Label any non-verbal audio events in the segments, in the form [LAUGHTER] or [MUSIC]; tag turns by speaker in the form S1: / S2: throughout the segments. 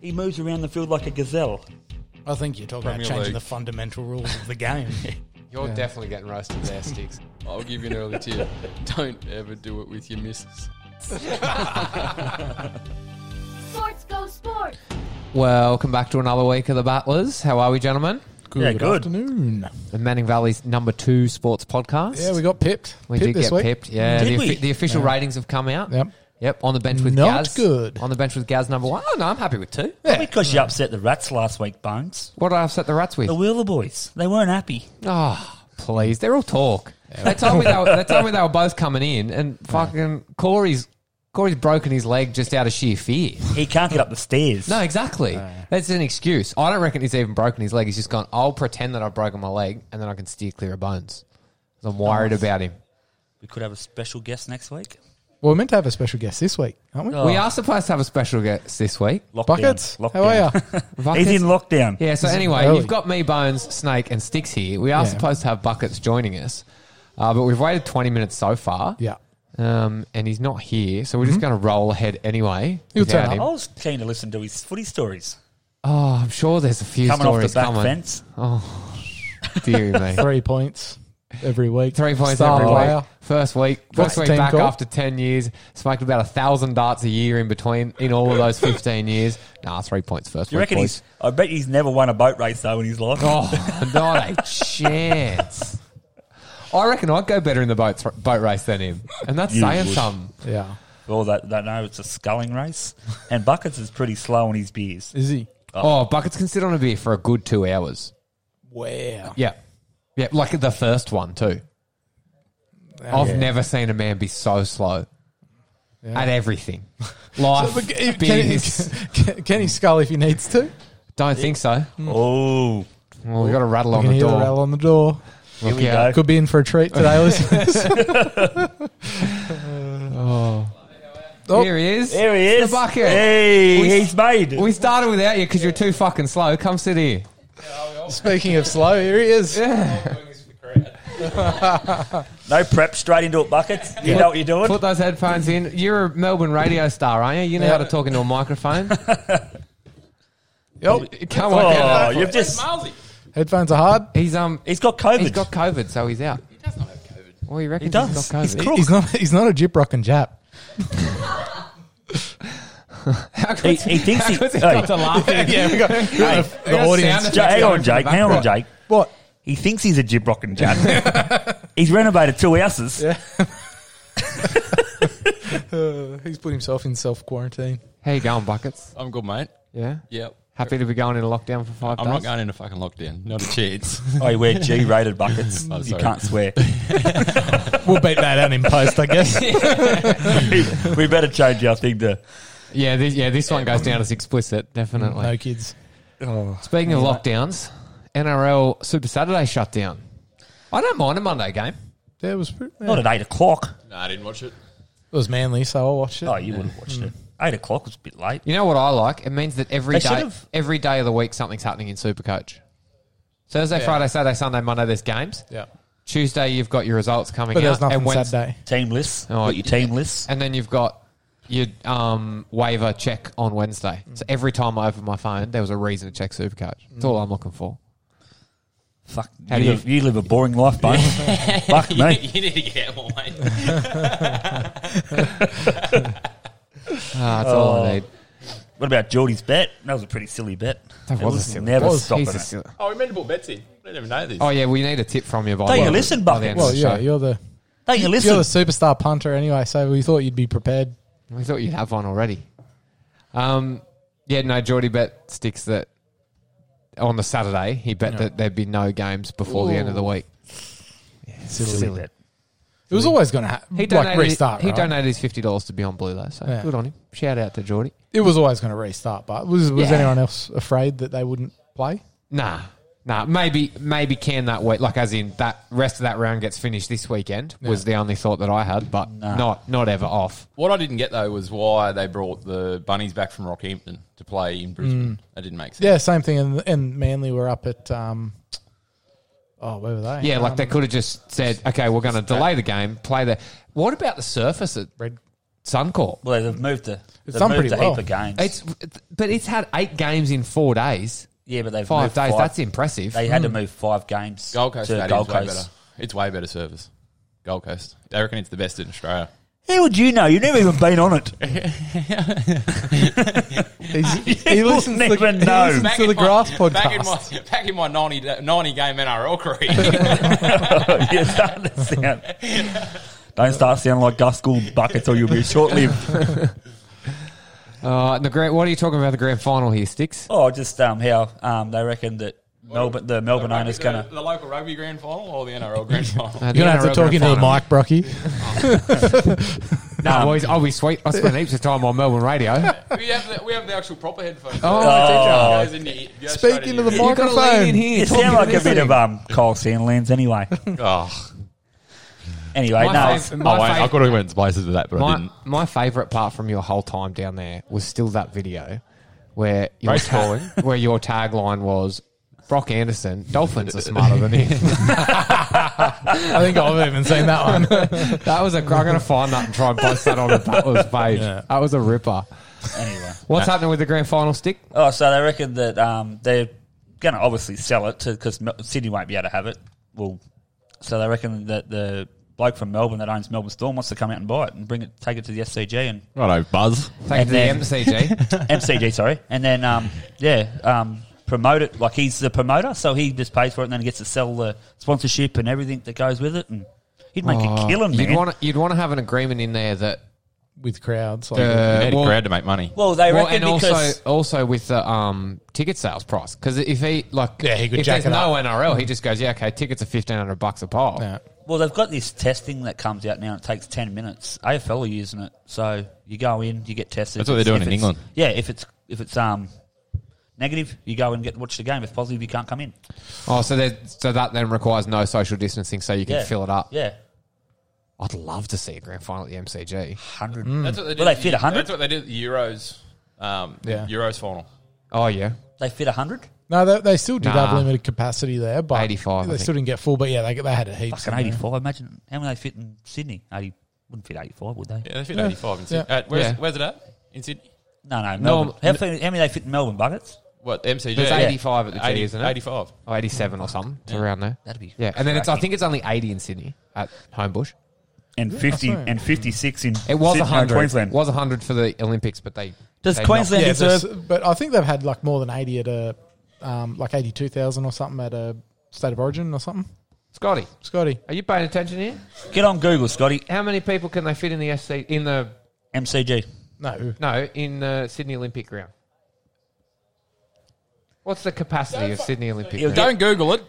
S1: He moves around the field like a gazelle.
S2: I think you're talking
S3: Premier
S2: about changing
S3: League.
S2: the fundamental rules of
S1: [LAUGHS]
S2: the game.
S4: You're definitely getting roasted there, Sticks.
S5: I'll give you an early
S3: [LAUGHS]
S5: tip. Don't ever do it with your missus.
S6: Sports go sport.
S4: Welcome back to another week of the Butlers. How are we, gentlemen?
S2: Good,
S1: Yeah, good.
S2: afternoon.
S4: The Manning Valley's number two sports podcast.
S2: Yeah, we got pipped.
S4: We
S2: pipped
S4: did
S2: this
S4: get
S2: week.
S4: pipped. Yeah,
S1: Did
S4: the,
S1: we?
S4: the official ratings have come out.
S2: Yep.
S4: Yep, on the bench with
S2: Not
S4: Gaz.
S2: good.
S4: On the bench with Gaz number one. Oh, no, I'm happy with two.
S1: Probably because you upset the rats last week, Bones.
S4: What did I upset the rats with?
S1: The Wheeler boys, they weren't happy.
S4: Oh, please. They're all talk. They told me they were, they told me they were both coming in, and fucking Corey's Corey's broken his leg just out of sheer fear.
S1: He can't get up the stairs.
S4: No, exactly.
S1: Uh.
S4: That's an excuse. I don't reckon he's even broken his leg. He's just gone. I'll pretend that I've broken my leg, and then I can steer clear of bones. 'Cause I'm worried about him.
S1: We could have a special guest next week.
S2: Well, we're meant to have a special guest this week, aren't we?
S1: Oh.
S4: We are supposed to have a special guest this week.
S1: Lockdown.
S2: Buckets,
S1: Lockdown.
S2: how are
S1: [LAUGHS]
S2: you?
S1: He's in
S4: Buckets-
S1: lockdown.
S4: Yeah, so
S2: This is
S4: anyway,
S2: early.
S4: you've got me, Bones, Snake, and Sticks here. We are
S2: Yeah.
S4: supposed to have Buckets joining us, uh, but we've waited 20 minutes so far.
S2: yeah.
S4: Um, and he's not here, so we're just
S1: Mm-hmm.
S4: going to roll ahead anyway.
S2: He'll turn
S4: without
S2: up.
S1: I
S4: him.
S1: was keen to listen to his footy stories
S4: Oh, I'm sure there's a few
S1: coming off
S4: stories
S1: the back
S4: coming.
S1: fence. [LAUGHS]
S4: Dear [LAUGHS] me.
S2: Three points every week.
S4: Three points
S2: Star
S4: every
S2: player.
S4: week. First week, first
S2: First
S4: week
S2: team
S4: back
S2: call.
S4: after ten years. Smoked about a thousand darts a year in between in all of those fifteen years. Nah, three points first
S1: Do you
S4: week.
S1: reckon
S4: boys.
S1: he's? I bet he's never won a boat race though in his life.
S4: Oh, [LAUGHS] not a chance. I reckon I'd go better in the boat thr boat race than him, and that's
S1: You
S4: saying
S1: would.
S4: something.
S2: Yeah.
S1: Well, that, that no, it's a sculling race, and Buckets is pretty slow on his beers.
S2: Is he?
S1: Uh,
S4: Oh, buckets can sit on a beer for a good two hours.
S2: Wow.
S4: Yeah, yeah, like the first one too. I've
S2: yeah.
S4: never seen a man be so slow at everything. Life,
S2: But can, can,
S4: business.
S2: can, can he scull if he needs to?
S4: Don't think so.
S1: Oh,
S4: Well, we've got to rattle
S2: You
S4: on
S2: can
S4: the
S2: hear
S4: door.
S2: the rattle on the door.
S1: here we
S4: Look
S1: go.
S4: out.
S2: Could be in for a treat
S4: [LAUGHS]
S2: today, listeners. Oh.
S4: Here he is.
S1: There he
S4: It's
S1: is.
S4: The bucket.
S1: Hey,
S4: We-
S1: he's made.
S4: We started without you because you're too fucking slow. Come sit here.
S2: [LAUGHS] Speaking of slow, here he is.
S1: no prep, straight into it, Buckets. You know what you're doing.
S4: Put those headphones in. You're a Melbourne radio star, aren't you? You know how to talk into
S1: [LAUGHS]
S4: a microphone.
S2: Yep.
S4: Come on. get
S1: Oh,
S4: out.
S1: you've just.
S2: Headphones are hard.
S4: He's um.
S1: He's got COVID.
S4: He's got COVID, so he's out. He does not have COVID. Well, he reckons
S1: He does.
S4: has got
S1: He's
S4: COVID.
S1: crook.
S2: He's not. He's not a jip rocking Jap.
S4: [LAUGHS]
S1: he,
S4: How could
S1: he thinks he.
S4: he
S1: hey,
S4: got
S1: [LAUGHS]
S4: to laugh at him?
S2: Yeah, we
S4: [LAUGHS]
S2: got,
S4: we got
S2: the audience.
S4: sound
S1: Ja- hang on, Jake. Hang on,
S4: Right.
S1: Jake.
S2: What?
S1: He thinks he's a jib rocking jab.
S4: [LAUGHS]
S1: he's renovated two houses.
S2: Uh, he's put himself in self quarantine.
S4: How you going, buckets?
S3: I'm good, mate.
S4: Yeah.
S5: Yep.
S4: Happy to be going into lockdown for 5
S3: I'm
S4: days.
S3: not going into fucking lockdown. Not a [LAUGHS] chance.
S1: Oh, you wear G rated buckets.
S3: Oh,
S1: you
S3: sorry.
S1: can't swear. [LAUGHS]
S2: We'll beat that out in post, I guess.
S1: we better change our thing to.
S4: Yeah, this, yeah. This one goes down as explicit, definitely.
S2: no kids.
S4: Speaking of lockdowns, NRL Super Saturday shutdown. I don't mind a Monday game.
S2: Yeah, it was. pretty- Yeah.
S1: Not
S2: It
S1: at 8 o'clock.
S5: No, I didn't watch it.
S2: was manly, so I watched it.
S1: Oh, you would have watched it. 8 o'clock was a bit late.
S4: You know what I like? It means that every
S1: They
S4: day,
S1: should've-
S4: every day of the week, something's happening in Supercoach. Thursday, Friday, Saturday, Sunday, Monday, there's games.
S2: yeah,
S4: Tuesday, you've got your results coming
S2: but there
S4: out,
S2: was nothing
S4: and Wednes-
S2: Saturday.
S1: Team lists.
S4: Oh,
S1: got your team lists.
S4: and then you've got your um, waiver check on Wednesday. So every time I open my phone, there was a reason to check Supercoach. That's all I'm looking for.
S1: Fuck.
S4: How
S1: you,
S4: do you-
S1: live, you live a boring life, mate. [LAUGHS] Fuck
S3: [LAUGHS]
S1: me.
S5: you need to get out more, mate.
S4: Ah, that's all I need.
S1: What about Geordie's bet? That was a pretty silly bet.
S4: That
S1: It
S4: was a silly-
S1: never
S2: that was-
S1: stopping
S4: He's a
S1: it.
S4: silly-
S5: Oh, we meant to put Betsy. I didn't even know this.
S4: Oh yeah, we need a tip from you. By
S1: Take a
S4: the-
S1: listen,
S4: by the
S1: Bucket.
S4: end of
S2: Well,
S4: the
S2: yeah,
S4: show.
S2: you're the
S1: Take a
S2: you're the
S1: listen.
S2: superstar punter anyway, so we thought you'd be prepared.
S4: We thought you'd have one already. Um, yeah, no, Geordie bet sticks that on the Saturday. He bet that there'd be no games before the end of the week.
S2: Silly.
S1: Silly bet.
S2: It was always going to happen.
S4: He
S2: like
S4: donated,
S2: restart.
S4: he
S2: right?
S4: donated his fifty dollars to be on blue though, so
S2: Yeah.
S4: good on him. Shout out to Geordie.
S2: It was always going to restart. But was was
S4: Yeah.
S2: anyone else afraid that they wouldn't play?
S4: Nah, nah. Maybe maybe can that week, like as in that rest of that round gets finished this weekend was the only thought that I had, but not not ever off.
S3: What I didn't get though was why they brought the bunnies back from Rockhampton to play in Brisbane. That didn't make sense.
S2: Mm. Yeah, same thing. And, and Manly were up at um, oh, where were they?
S4: Yeah, like
S2: Um,
S4: they could have just said, okay, we're going to delay the game, play the. What about the surface? That
S2: Red
S4: Suncorp.
S1: Well, they've moved a, they've
S2: done
S1: moved
S2: pretty
S1: a
S2: well.
S1: heap of games.
S4: It's but it's had eight games in four days,
S1: yeah, but they've
S4: five
S1: moved
S4: days. That's impressive.
S1: They had to move five games
S3: Gold Coast
S1: to
S3: Stadium's
S1: Gold
S3: way
S1: Coast.
S3: better. It's way better service. Gold Coast. They reckon it's the best in Australia.
S1: How would you know? You've never even been on
S3: [LAUGHS]
S1: it. [LAUGHS]
S2: he
S1: listens to the- even he know. listens
S2: to the grass podcast.
S3: [LAUGHS] Back in my, back in my 90, da- 90 game NRL
S2: [LAUGHS]
S3: career.
S1: [LAUGHS] You're starting to sound. Don't start sounding like Gus Gould buckets, or you'll be short-lived.
S4: Uh, the grand, what are you talking about? The grand final here, sticks.
S1: Oh, just um, how um, they reckon that Melbourne, the Melbourne owner's
S3: the,
S1: going to.
S3: the local rugby grand final or the NRL grand final?
S4: Uh, the
S2: You're gonna have to
S4: NRL
S2: talk
S4: grand
S2: into the
S4: final.
S2: mic, Brocky.
S4: No, boys, I'll be sweet. I spent heaps of time on Melbourne radio.
S3: we, have the, we have the actual proper headphones.
S4: Oh,
S1: Oh.
S3: Goes in your- goes straight
S2: Speak
S3: in
S2: into
S3: your
S2: the
S3: ear.
S4: you got to lean in
S2: microphone.
S4: here.
S1: It
S4: talk
S1: sounds
S4: into
S1: like a
S4: this
S1: bit
S4: thing.
S1: of um, Kyle Sandlands
S3: [LAUGHS]
S1: anyway.
S3: Oh,
S1: Anyway,
S4: My
S1: no,
S3: I,
S4: fav-
S3: won't-
S4: my
S3: I
S4: fav-
S3: could have went places with that, but I
S4: my,
S3: didn't.
S4: my favourite part from your whole time down there was still that video where your,
S3: Race
S4: ta- [LAUGHS] where your tagline was Brock Anderson, Dolphins are smarter than him.
S2: I think I've even seen that one.
S4: that was a. I'm going to find that and try and post that on the
S1: [LAUGHS]
S4: Butlers page.
S2: Yeah.
S4: That was a ripper.
S1: anyway.
S4: What's happening with the grand final stick?
S1: Oh, so they reckon that um, they're going to obviously sell it to because Sydney won't be able to have it. Well, so they reckon that the bloke from Melbourne that owns Melbourne Storm wants to come out and buy it and bring it, take it to the SCG and [LAUGHS]
S3: Righto, Buzz.
S4: Take it to the
S1: then- [LAUGHS]
S4: MCG.
S1: MCG, sorry, and then um, yeah, um, promote it. Like he's the promoter, so he just pays for it and then he gets to sell the sponsorship and everything that goes with it, and he'd make a killing,
S4: Oh, you'd
S1: man.
S4: want you'd want to have an agreement in there that
S2: With crowds, like
S4: the
S3: Need
S4: well,
S3: a crowd to make money.
S1: well, they
S4: well,
S1: reckon
S4: and also
S1: because
S4: also with the um, ticket sales price because if he like
S2: Yeah, he could
S4: if
S2: jack
S4: there's
S2: it
S4: no NRL he just goes yeah okay tickets are fifteen hundred bucks a pile
S2: yeah.
S1: well, they've got this testing that comes out now. It takes ten minutes. AFL are using it, so you go in, you get tested.
S3: That's what
S1: If
S3: they're
S1: it's-
S3: doing
S1: if
S3: in
S1: it's- Yeah, if it's if it's um negative, you go and get watch the game. If positive, you can't come in.
S4: oh so there- so that then requires no social distancing so you can
S1: Yeah,
S4: fill it up
S1: Yeah,
S4: I'd love to see a grand final at the MCG
S1: hundred.
S3: That's what they
S1: Well, they fit 100?
S3: That's what they did at the Euros, um,
S2: Yeah.
S3: Euros final.
S4: oh yeah
S1: They fit hundred.
S2: No, they, they still did have
S4: Nah.
S2: limited capacity there, but
S4: 85, I
S2: They still didn't get full, but yeah, they, they had a heap.
S1: That's an eighty-five. Imagine how many they fit in Sydney. Eighty wouldn't fit eighty-five, would they?
S3: Yeah, they fit 85 in Sydney.
S2: Yeah.
S3: Uh, where's,
S4: Yeah.
S3: where's it at? In Sydney?
S1: No, no.
S4: No,
S1: Melbourne. how, fit- how many they fit in Melbourne buckets?
S3: What, MCG?
S4: there's
S3: Yeah.
S4: eighty five at the G
S3: 80
S4: isn't it
S3: 85.
S4: oh, 87 or something it's around there
S1: That'd be
S4: yeah and then it's I think it's only eighty in Sydney at Homebush
S1: and fifty and fifty-six in
S4: it was
S1: Sydney,
S4: hundred
S1: Queensland.
S4: It was hundred for the Olympics but they
S1: Does
S4: they
S1: Queensland
S2: Yeah,
S1: deserve?
S2: there's- but I think they've had like more than eighty at a, um, like eighty-two thousand or something at a state of origin or something.
S4: knocked- Scotty
S2: Scotty,
S4: are you paying attention here
S1: Get on Google, Scotty.
S4: how many people can they fit in the SC in the
S1: [LAUGHS] MCG.
S2: no,
S4: No, in the Sydney Olympic ground. What's the capacity of Sydney Olympic
S1: He'll
S4: ground?
S3: Don't Google it.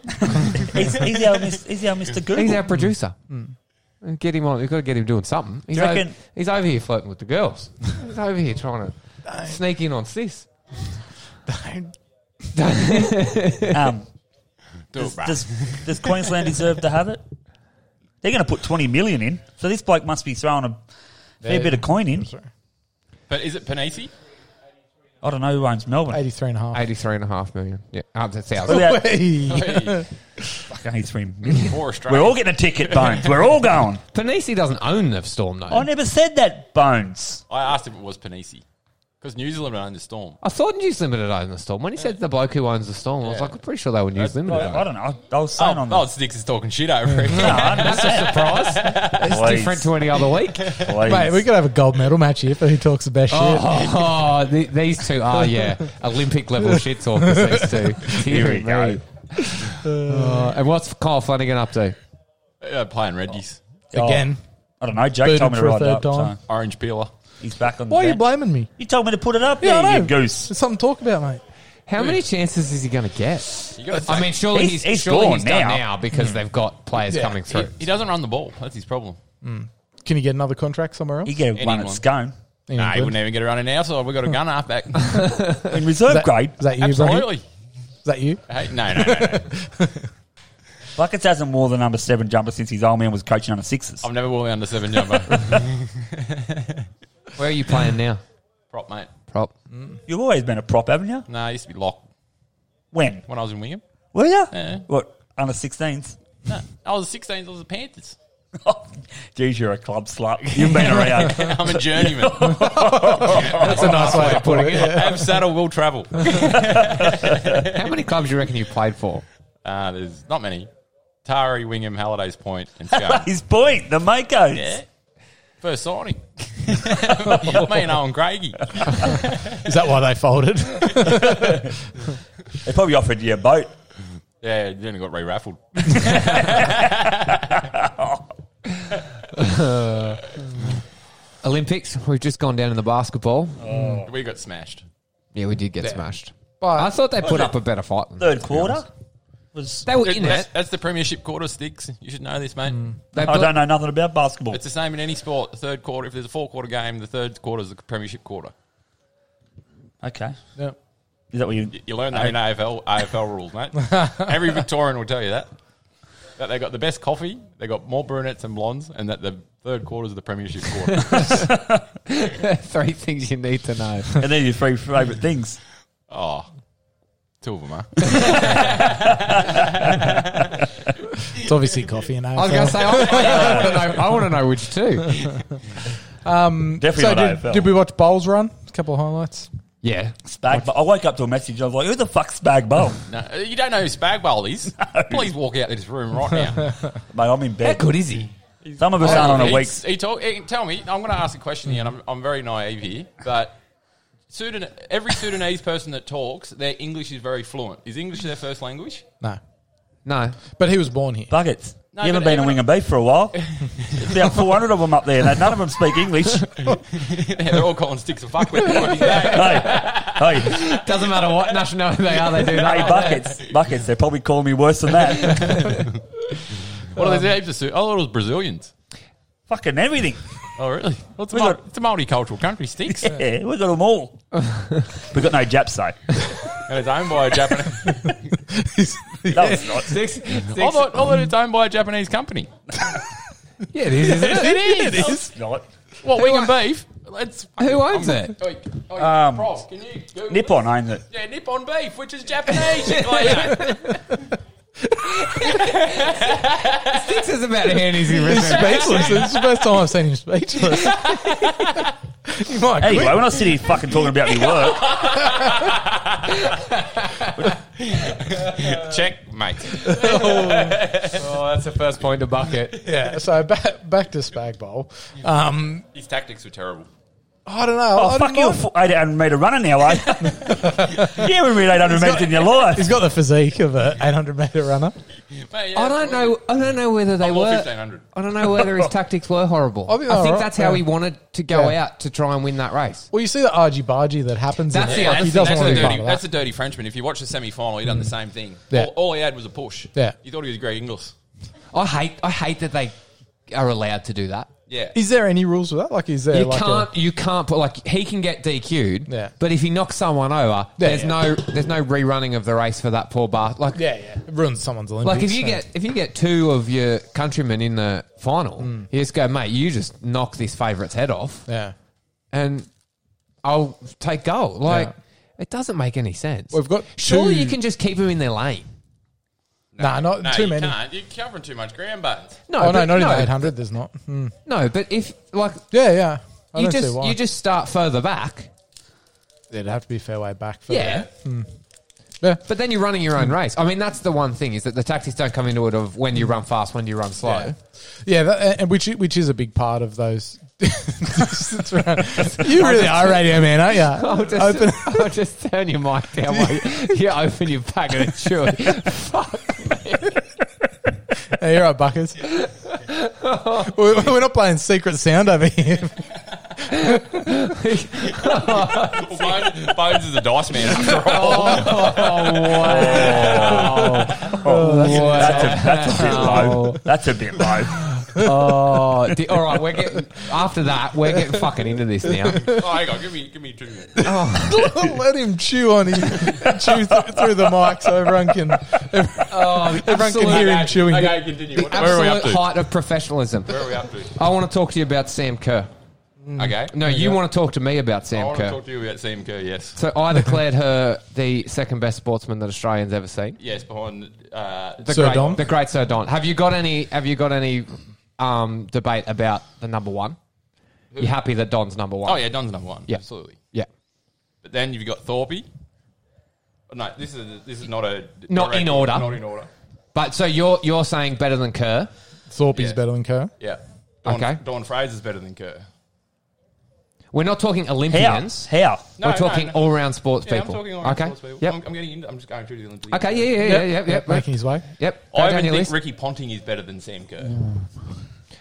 S1: He's, he's, our, mis- he's our Mr. Google.
S4: He's our producer. Get him on. We've got to get him doing something. He's,
S1: Hmm. Do you
S4: o-
S1: reckon-
S4: he's over here flirting with the
S1: [LAUGHS]
S4: girls. he's over here trying to sneak in on sis.
S1: um,
S3: Do it,
S1: does,
S3: bro.
S1: does, does Queensland deserve to have it? They're going to put 20 million in. So this bloke must be throwing a fair bit of coin in.
S3: But is it Panisi?
S1: I don't know who owns Melbourne.
S2: eighty-three and a half.
S4: 83 and a half million. Yeah, up to
S1: What
S4: thousand.
S2: [LAUGHS]
S1: about
S2: Hey.
S1: fucking 83 million?
S3: Or
S1: We're
S3: Australia?
S1: all getting a ticket, Bones. We're all
S2: [LAUGHS]
S1: going.
S4: Panisi doesn't own the Storm, though.
S1: I never said that, Bones.
S3: I asked if it was Panisi. Because New Zealand owned the Storm.
S4: I thought News Limited owned the Storm. When he said the bloke who owns the Storm, I was
S3: Yeah.
S4: like, I'm pretty sure they were News
S1: I,
S4: Limited.
S1: I don't know. I, I was
S3: Oh,
S1: saying on the.
S3: oh, Sticks is talking shit over
S1: [LAUGHS]
S3: it.
S1: No, I
S2: [LAUGHS]
S1: understand.
S4: Surprise. It's
S1: Please,
S4: different to any other week.
S1: please.
S2: Mate, we could have a gold medal match here for who talks the best shit.
S4: Oh, [LAUGHS] th- these two are yeah, Olympic level shit talkers. These two.
S1: Here we go.
S4: Uh, and what's Kyle Flanagan up to?
S3: yeah, playing Reggies.
S1: Oh,
S2: Again,
S1: I don't know. Jake
S2: Booted
S1: told me to
S2: for a
S1: write it up.
S2: third time.
S1: so
S3: Orange Peeler.
S1: he's back on the
S2: why are you
S1: bench.
S2: blaming me?
S1: You told me to put it up
S2: Yeah,
S1: there,
S2: I
S1: you
S2: know.
S1: goose.
S2: It's something to talk about, mate.
S4: How many chances is he going to get?
S3: You gotta
S4: I
S3: say-
S4: mean, surely
S1: He's-
S4: he's,
S1: he's
S4: surely
S1: gone
S4: he's done
S1: now.
S4: now because they've got players
S2: Yeah.
S4: coming through.
S3: he, he doesn't run the ball. That's his problem.
S2: Can you get another contract somewhere else?
S1: You get one at
S3: Anyone.
S1: Scone.
S2: Anyone
S3: Nah, he
S2: good?
S3: wouldn't even get a run in our side. We've got a gun half back.
S1: In reserve
S2: Is that,
S1: grade,
S2: is that you, Brody?
S3: Absolutely.
S2: Is that you?
S3: Hey, no, no, no, no.
S1: Buckets hasn't worn the number seven jumper since his old man was coaching under sixes.
S3: I've never worn the under seven jumper. [LAUGHS]
S4: Where are you playing now?
S3: Prop, mate.
S4: Prop.
S1: You've always been a prop, haven't you?
S3: Nah, I used to be locked
S1: When
S3: when I was in Wingham.
S1: were you?
S3: Yeah.
S1: What under sixteens?
S3: No, I was 16, I was the Panthers.
S1: [LAUGHS] Geez, you're a club slut. You've been around. [LAUGHS]
S3: I'm a journeyman.
S4: That's a nice way of putting it.
S3: Have saddle, will travel.
S4: How many clubs do you reckon you played for?
S3: Uh, there's not many. Tari, Wingham, Hallidays Point,
S1: [LAUGHS]
S3: and Scone.
S1: His point, the Makos.
S3: yeah. First signing. [LAUGHS] Me and Owen Craigie.
S2: Is that why they folded?
S1: They probably offered you a boat.
S3: Yeah, you only got re raffled.
S4: Olympics. We've just gone down in the basketball.
S3: We got smashed.
S4: Yeah, we did get smashed. But I thought they put up a better fight. Than
S1: Third
S4: to be
S1: quarter
S4: honest.
S1: was.
S4: They were
S3: Dude,
S4: in
S3: that's,
S4: it.
S3: that's the Premiership quarter sticks. You should know this, mate.
S4: They
S1: I
S4: put-
S1: don't know nothing about basketball.
S3: It's the same in any sport. The third quarter, if there's a four quarter game, the third quarter is the Premiership quarter.
S1: Okay,
S2: yeah.
S1: is that what you?
S3: You, you learn that in AFL AFL
S1: [LAUGHS]
S3: rules, mate. Every Victorian will tell you that. That they got the best coffee, they got more brunettes and blondes, and that the third quarter is the Premiership
S1: [LAUGHS]
S3: quarter.
S4: Three things you need to know.
S1: And these are your three favourite things.
S3: oh, two of them are.
S2: [LAUGHS] It's obviously coffee and
S4: I was going to say, I, want to know which two.
S1: Definitely not
S2: So did,
S1: AFL.
S2: did we watch Bowls run? A couple of highlights.
S4: [LAUGHS] Yeah.
S1: Spag, Bowl. I woke up to a message. I was like, "Who the fuck's Spag Bowl?"
S3: [LAUGHS] No, you don't know who Spag Bowl
S1: [LAUGHS]
S3: is. Please walk out of this room right now.
S1: Mate, I'm in
S4: How
S1: bed.
S4: good is he?
S1: Some of us aren't on a week.
S3: He talk, he- tell me, I'm going to ask a question here, and I'm, I'm very naive here, but Sudan, every Sudanese person that talks, their English is very fluent. Is English their first language?
S2: No,
S4: No.
S2: but he was born here.
S1: Buckets.
S3: No,
S1: you haven't
S3: but
S1: been a wing
S3: everyone-
S1: and beef for a while. There's about 400 of them up there. and None of them speak English.
S3: Yeah, [LAUGHS] they're all calling sticks of fuck with Exactly.
S1: Hey,
S3: [LAUGHS]
S1: hey,
S4: Doesn't matter what nationality they are, they do [LAUGHS]
S1: hey, buckets, buckets. They probably call me worse than
S3: [LAUGHS]
S1: that.
S3: What are these heaps of Su- Oh, it was Brazilians.
S1: Fucking everything.
S3: Oh, really? Well, it's, a
S1: We
S3: mul-
S1: got-
S3: it's a multicultural country, sticks. [LAUGHS] and
S1: Yeah, we got them all.
S3: [LAUGHS]
S1: we got no Japs though.
S3: it's owned by a [LAUGHS] Japanese.
S1: No, it's not.
S4: Six, six.
S3: I thought, I thought it's owned by a Japanese company.
S4: Yeah, it is, isn't it?
S3: it is.
S1: It's not.
S3: What, wing and beef? Let's.
S4: Who owns it?
S3: Oh, oh,
S1: Um,
S3: Prof, can you Google
S1: Nippon owns it.
S3: Yeah, Nippon beef, which is Japanese. Like,
S4: Six is about to hand his
S2: He's speechless. It's the first time I've seen him speechless. [LAUGHS] you might
S1: Anyway,
S2: quit.
S1: when I sit here fucking talking about
S3: [LAUGHS]
S1: me work,
S3: [LAUGHS] Check, [LAUGHS] mate.
S4: Oh, that's the first point to bucket.
S2: Yeah. So back back to Spag Bowl. Um,
S3: His tactics were terrible.
S2: I don't know.
S1: oh
S2: I
S1: fuck
S2: don't
S1: you,
S2: know.
S1: a four- 800 metre runner now,
S3: [LAUGHS]
S1: eh? you haven't really 800 metres in your life.
S2: He's got the physique of an 800 meter runner.
S3: Mate, yeah,
S4: I don't know. I don't know whether they
S3: I'm all
S4: were.
S3: 1500.
S4: I don't know whether
S1: [LAUGHS]
S4: his tactics were horrible. I
S2: I think
S4: think,
S2: they were all
S4: that's
S2: right,
S4: how
S2: yeah.
S4: he wanted to go
S2: Yeah.
S4: out to try and win that race.
S2: Well, you see the argy bargy that happens.
S4: That's
S2: in
S4: the-
S2: it. Like, he
S3: That's, the,
S2: doesn't
S3: that's,
S2: want
S3: the
S2: to be part
S3: dirty,
S2: of
S3: that's
S2: that. Mm.
S3: the dirty Frenchman. If you watch the semi final, he done the same thing.
S2: Yeah.
S3: All, all he had was a push.
S2: Yeah.
S3: He thought he was Greg Inglis.
S4: I hate. I hate that they are allowed to do that.
S3: Yeah.
S2: Is there any rules with that? Like, is there
S4: You
S2: like
S4: can't.
S2: a,
S4: you can't put like he can get DQ'd.
S2: Yeah.
S4: But if he knocks someone over,
S2: Yeah,
S4: there's
S2: yeah.
S4: no there's no rerunning of the race for that poor bar. Like
S2: yeah, yeah, it ruins someone's Olympics.
S4: Like if you
S2: so-
S4: get if you get two of your countrymen in the final,
S2: Hmm.
S4: you just go, mate. You just knock this favourite's head off,
S2: yeah,
S4: and I'll take goal. Like
S2: Yeah.
S4: it doesn't make any sense.
S2: We've got
S4: surely
S2: two-
S4: you can just keep them in their lane.
S2: nah, not
S3: no,
S2: too
S3: you
S2: many.
S3: can't. You're covering too much
S2: [LAUGHS]
S3: ground, but
S4: No,
S2: oh no,
S4: but-
S2: not in
S4: no,
S2: the 800. There's not. Hmm.
S4: No, but if like
S2: Yeah, yeah. I
S4: you
S2: don't
S4: just
S2: see why.
S4: you just start further back,
S2: It'd have to be fair way back for
S4: yeah.
S3: Hmm.
S2: Yeah.
S4: But then you're running your own race. I mean, that's the one thing is that the tactics don't come into it of when do you run fast, when do you run slow.
S2: Yeah, yeah that, and which which is a big part of those. [LAUGHS] distance
S4: [LAUGHS]
S2: run. you really are radio man, aren't you?
S4: I'll just, [LAUGHS] I'll just turn your mic
S3: [LAUGHS]
S4: down while you, you open your packet of [LAUGHS] chew.
S2: Hey, you're right,
S4: [LAUGHS]
S2: Buckers. We- We're not playing secret sound over here. [LAUGHS]
S3: Bones, Bones is a dice
S2: [LAUGHS]
S3: man after
S2: Oh,
S3: all.
S4: oh,
S3: Oh,
S1: That's a, Oh, that's a bit low. That's a bit low.
S4: Oh, di- all right. We're getting after that. We're getting fucking into
S3: [LAUGHS]
S4: this now.
S3: oh, hang on. Give me, give me two minutes.
S2: Let him chew on his chew th- through the mic so everyone can
S4: Oh, the
S2: everyone
S4: absolute,
S2: can hear him
S3: Okay,
S2: chewing.
S3: okay, continue.
S4: the
S3: What- where are we up
S4: absolute
S3: to?
S4: height of professionalism.
S3: Where are we up to?
S4: I want to talk to you about Sam Kerr.
S2: Mm.
S3: Okay.
S4: No, you want to talk to me about
S3: I
S4: Sam
S3: want to
S4: Kerr.
S3: talk to you about Sam Kerr, yes.
S4: So I declared her the second best sportsman that Australians ever seen.
S3: Yes, behind. Uh,
S4: The
S2: Sir
S4: great,
S2: Don?
S4: the great Sir Don. Have you got any? Have you got any um, debate about the number one. You happy that Don's number one?
S3: Oh yeah, Don's number one.
S4: Yeah.
S3: Absolutely.
S4: yeah.
S3: But then you've got Thorpe. No, this is this is not a
S4: Not in order.
S3: Not in order.
S4: But so you're you're saying better than Kerr?
S2: Thorpe's
S3: Yeah.
S2: better than Kerr.
S3: Yeah. Dawn,
S4: Okay.
S3: Dawn Fraser's better than Kerr.
S4: We're not talking
S1: How?
S4: Olympians.
S1: How?
S3: No,
S4: We're talking
S3: no, no.
S4: all round sports
S3: Yeah, I'm
S4: people.
S3: talking all okay.
S4: okay.
S3: sports people.
S4: Yep.
S3: I'm, I'm getting into, I'm just going through the Olympics.
S4: okay. Yeah. Yeah. Yeah. Yep. Yep. Yep.
S2: Making his way.
S4: yep. Go
S3: I
S4: down
S3: even
S4: your
S3: think
S4: list.
S3: Ricky Ponting is better than Sam Kerr.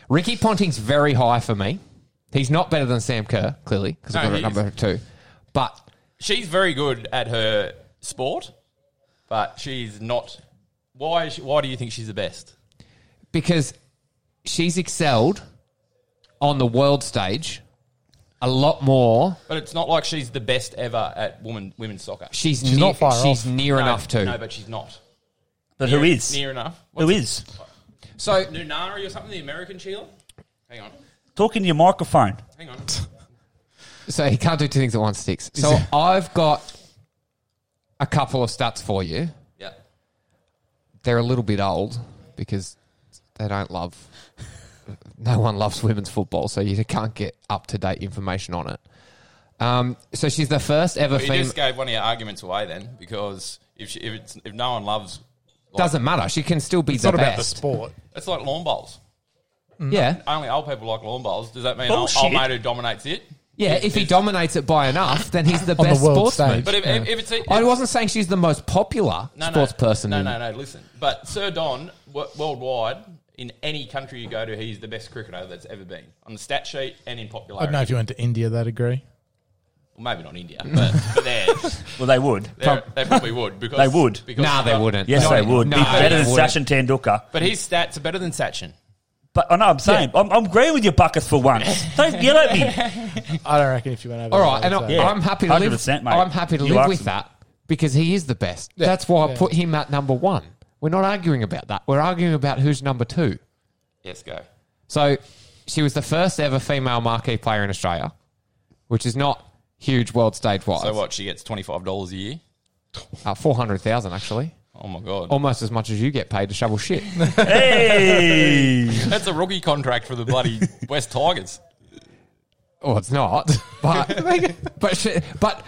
S4: Ricky Ponting's very high for me. He's not better than Sam Kerr, clearly, because
S3: No,
S4: I've got
S3: he
S4: it at number two. But
S3: She's very good at her sport, but she's not. Why? Is she, why do you think she's the best?
S4: because she's excelled on the world stage a lot more,
S3: But it's not like she's the best ever at woman women's soccer.
S4: she's near,
S2: not far
S4: she's
S2: off.
S4: near
S3: No,
S4: enough to.
S3: No, but she's not.
S1: But
S3: Near-
S1: who is?
S3: near enough?
S1: Who
S3: What's
S1: is?
S4: so
S3: it? Nunari or something? The American Sheila? Hang on,
S1: Talking to your microphone.
S3: hang
S4: [LAUGHS]
S3: on.
S4: So he can't do two things at once, sticks. So I've got a couple of stats for you.
S3: yeah.
S4: They're a little bit old because they don't love. No one loves women's football, so you can't get up to date information on it. Um, so she's the first ever
S3: But you
S4: female.
S3: just gave one of your arguments away then, because if she, if it's if no one loves,
S4: Doesn't matter. She can still be
S2: It's
S4: the
S2: not about the
S4: best.
S2: sport.
S3: it's like lawn bowls.
S4: yeah,
S3: Only old people like lawn bowls. Does that mean old,
S1: Bullshit.
S3: old mate who dominates it?
S4: yeah. If he dominates it by enough, then he's
S2: [LAUGHS]
S4: the
S2: the
S4: best
S2: world
S4: sportsman.
S2: stage.
S3: But if, if, if it's a,
S4: I wasn't saying she's the most popular sports person.
S3: No,
S4: in-
S3: no, no. Listen, but Sir Don, w- worldwide, in any country you go to, he's the best cricketer that's ever been on the stat sheet and in
S2: I don't
S3: popularity.
S2: know if you went to India, they'd agree.
S3: Well, maybe not India, but, but
S4: [LAUGHS]
S3: there,
S1: Well, they would.
S3: there- they probably would because
S1: They would.
S3: Because
S4: Nah, they
S3: uh,
S4: wouldn't.
S1: Yes, they would.
S4: No,
S1: Be
S4: they
S1: better than
S4: wouldn't.
S1: Sachin Tendulkar.
S3: But his stats are better than Sachin.
S1: But I know I'm saying I'm, I'm agreeing with your buckets for once. Don't yell at me.
S2: I don't reckon if you went over.
S4: All
S2: there,
S4: right,
S2: they'd
S4: and
S2: say-
S4: I,
S1: Yeah.
S4: I'm happy to live.
S1: 100%, mate.
S4: I'm happy to
S1: You
S4: live
S1: asked
S4: with
S1: them.
S4: that because he is the best. That's why I
S2: Yeah.
S4: put him at number one. We're not arguing about that. We're arguing about who's number two.
S3: Yes, go.
S4: So she was the first ever female marquee player in Australia, which is not huge world stage wise.
S3: So what? She gets twenty five dollars a year.
S4: Uh, Four hundred thousand actually,
S3: Oh my god,
S4: almost as much as you get paid to shovel shit.
S1: Hey,
S3: that's a rookie contract for the bloody
S4: [LAUGHS]
S3: West Tigers.
S4: oh, it's not, [LAUGHS] but but she, but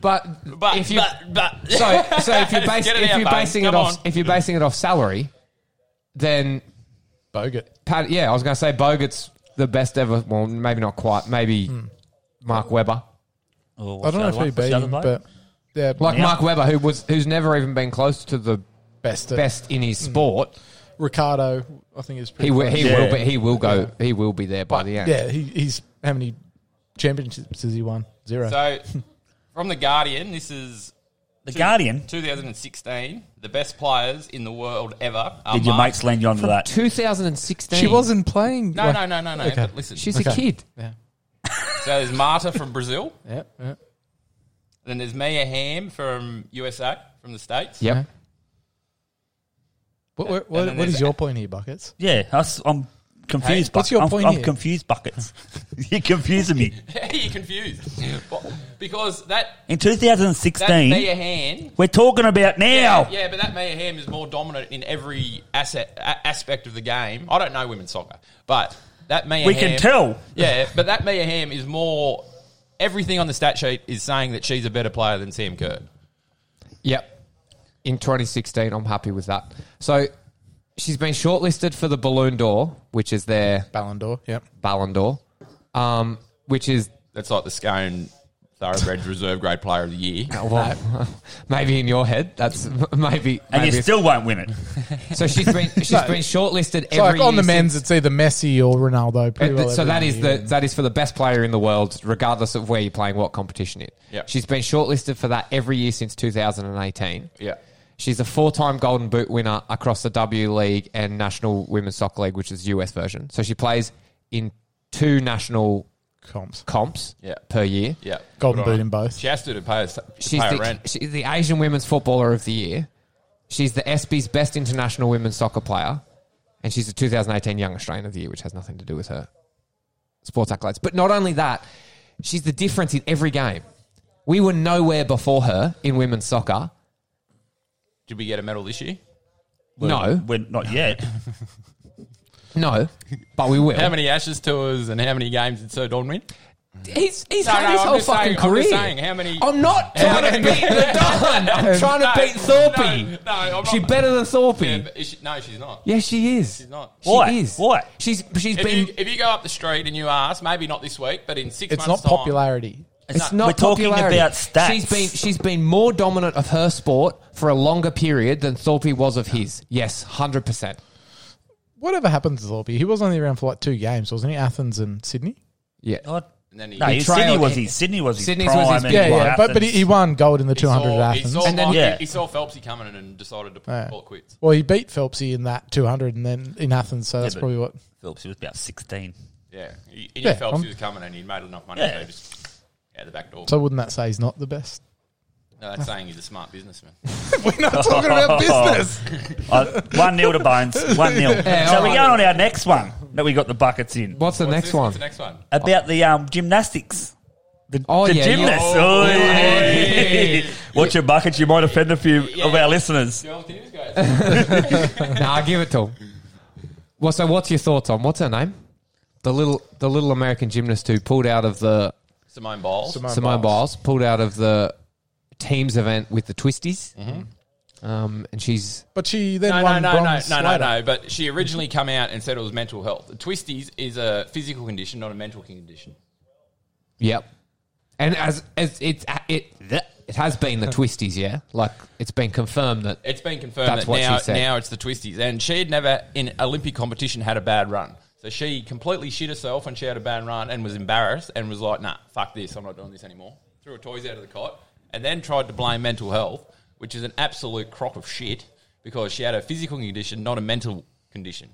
S4: but
S3: But
S4: if you
S3: but, but
S4: So, so
S3: [LAUGHS]
S4: if you're, bas-
S3: Get it
S4: if
S3: out,
S4: you're
S3: babe.
S4: basing it
S3: Come
S4: off,
S3: on.
S4: if you're basing it off salary, then
S2: Bogut.
S4: Pat, yeah, I was going to say Bogut's the best ever. Well, maybe not quite. Maybe
S2: Hmm.
S4: Mark Webber,
S2: I don't know if he beat him, but yeah,
S4: like
S1: Yeah.
S4: Mark Webber, who was who's never even been close to the
S2: best. Hmm. at-
S4: best in his sport.
S2: Ricardo, I think is pretty.
S4: He will, he
S1: Yeah.
S4: will be he will go he will be there by the end.
S2: yeah, he, he's how many championships has he won? Zero.
S3: So, from the Guardian, this is
S1: the Guardian.
S3: 2016. The best players in the world ever. Are
S1: Did your
S3: Mark-
S1: mates land you onto that?
S4: 2016.
S2: she wasn't playing.
S3: No, no, no, no, no. But listen,
S4: She's a
S2: Okay.
S4: kid.
S2: Yeah,
S3: so there's Marta from Brazil.
S2: yeah, yeah.
S3: Then there's Mia Hamm from USA, from the states.
S4: Yep.
S2: What, what,
S3: And
S2: what,
S3: then
S2: what is
S3: there's-
S2: your point here, buckets?
S1: Yeah, that's- I'm confused.
S2: Hey, what's
S1: Buck-
S2: your
S1: I'm,
S2: point
S1: I'm
S2: here?
S1: confused, buckets. [LAUGHS] You're confusing me.
S3: [LAUGHS] You're confused Well, because that
S1: In
S3: that
S1: 2016,
S3: Mia Hamm.
S1: we're talking about now.
S3: Yeah, yeah, but that Mia Hamm is more dominant in every asset a- aspect of the game. I don't know women's soccer, but that Mia
S1: We can
S3: Hamm-
S1: tell.
S3: Yeah, but that Mia Hamm is more. Everything on the stat sheet is saying that she's a better player than Sam Kerr.
S4: Yep. In 2016, I'm happy with that. So she's been shortlisted for the Balloon d'Or, which is their
S2: Ballon d'Or. Yep.
S4: Ballon d'Or, um, which is
S3: That's like the Scone
S4: [LAUGHS]
S3: Thoroughbred Reserve Grade Player of the Year.
S4: well, [LAUGHS] maybe in your head. That's [LAUGHS] maybe.
S1: And
S4: maybe
S1: you
S4: it's-
S1: still won't win it.
S4: so she's been
S2: [LAUGHS]
S4: she's been shortlisted
S2: So
S4: every
S2: like on
S4: year
S2: the men's,
S4: since-
S2: it's either Messi or Ronaldo. Pretty
S4: Uh,
S2: well
S4: th- so
S2: every
S4: that is
S2: year.
S4: the that is for the best player in the world, regardless of where you're playing, what competition in.
S3: Yep.
S4: She's been shortlisted for that every year since 2018.
S3: Yeah.
S4: She's a four-time Golden Boot winner across the W League and National Women's Soccer League, which is the US version. So she plays in two national
S2: comps.
S4: comps
S3: Yeah.
S4: per year.
S3: Yeah.
S2: Golden
S3: Good on
S2: boot
S3: her.
S2: in both.
S3: She has to, to pay, us, to
S4: She's
S3: pay her
S4: the,
S3: rent.
S4: she's the Asian Women's Footballer of the Year. She's the SB's best international women's soccer player. And she's the 2018 Young Australian of the Year, which has nothing to do with her sports accolades. But not only that, she's the difference in every game. We were nowhere before her in women's soccer.
S3: Did we get a medal this year?
S4: no.
S1: We're not yet.
S4: No, but we will.
S3: [LAUGHS] How many Ashes tours and how many games did Sir Don win?
S4: He's, he's
S3: No,
S4: had
S3: no,
S4: his
S3: I'm
S4: whole
S3: just
S4: fucking
S3: saying- I'm
S4: career.
S3: just saying, how many-
S4: I'm not
S3: How
S4: trying to
S3: many-
S4: beat the Don. I'm trying
S3: [LAUGHS]
S4: to
S3: No,
S4: beat Thorpe.
S3: no, no, I'm
S4: She's
S3: not-
S4: better than Thorpe.
S3: Yeah, but is she, no, she's not.
S4: Yeah, she is.
S3: She's not.
S4: She
S1: Why?
S4: is.
S1: Why?
S4: She's she's
S3: If,
S4: been.
S3: you, if you go up the street and you ask, maybe not this week, but in six
S2: It's not
S3: months' time,
S2: popularity.
S4: it's
S1: no,
S4: not
S1: we're talking
S4: popularity.
S1: about stats.
S4: She's been she's been more dominant of her sport for a longer period than Thorpe was of his. Yes, hundred percent.
S2: Whatever happened to Zorby, he was only around for like two games, wasn't he? Athens and Sydney.
S4: Yeah.
S1: God.
S3: And then he,
S1: No,
S3: he
S1: he-
S4: trailed
S1: Sydney was
S4: it.
S1: his. Sydney was his
S4: Sydney's was
S1: prime.
S4: his
S1: and
S4: big
S2: Yeah,
S4: one.
S2: yeah, but, but he, he won gold in the 200
S3: saw,
S2: at
S3: he
S2: Athens.
S3: saw
S4: And then-
S3: Mon-
S1: Yeah.
S3: he saw Phelpsy coming in and decided to
S2: Yeah.
S3: call it quits.
S2: Well, he beat Phelpsy in that 200 and then in Athens, so that's
S1: but-
S2: probably what.
S1: Phillips, he was about 16.
S3: Yeah, he, he
S2: Yeah,
S3: knew Phelpsy
S2: I'm-
S3: was coming and he made enough money
S1: Yeah.
S3: to just out the back door.
S2: So wouldn't that say he's not the best?
S3: no, that's saying he's a smart businessman.
S2: [LAUGHS] We're not talking about [LAUGHS] business.
S1: [LAUGHS] Uh, one nil to Bones. One
S4: [LAUGHS]
S1: nil. so
S4: all
S1: we're
S4: right.
S1: going on our next one that we got the buckets in
S4: What's the
S3: What's
S4: next
S3: this-
S4: one?
S3: What's the next one?
S1: about the um, gymnastics. The,
S4: Oh,
S1: the
S4: yeah, you-
S1: gymnasts.
S3: Oh,
S1: Oi.
S3: yeah.
S1: [LAUGHS] Watch your buckets. You might offend a few of
S3: Yeah.
S1: our listeners.
S3: Go on with the news, guys. [LAUGHS]
S4: nah, give it to him. Well, so what's your thoughts on what's her name? The little the little American gymnast who pulled out of the
S3: Simone Biles.
S4: Simone Biles pulled out of the teams event with the twisties,
S2: Mm-hmm.
S4: um, and she's
S2: But she then
S3: No, no,
S2: won
S3: no, no,
S2: bronze
S3: no, no,
S2: later.
S3: no. But she originally come out and said it was mental health. Twisties is a physical condition, not a mental condition.
S4: yep. And as as it's it it has been the twisties, yeah. Like it's been confirmed that
S3: It's been confirmed
S4: That's
S3: that
S4: what
S3: now,
S4: she said.
S3: now it's the twisties. And she had never in Olympic competition had a bad run. So she completely shit herself and she had a bad run and was embarrassed and was like, nah, fuck this, I'm not doing this anymore. Threw her toys out of the cot and then tried to blame mental health, which is an absolute crock of shit because she had a physical condition, not a mental condition.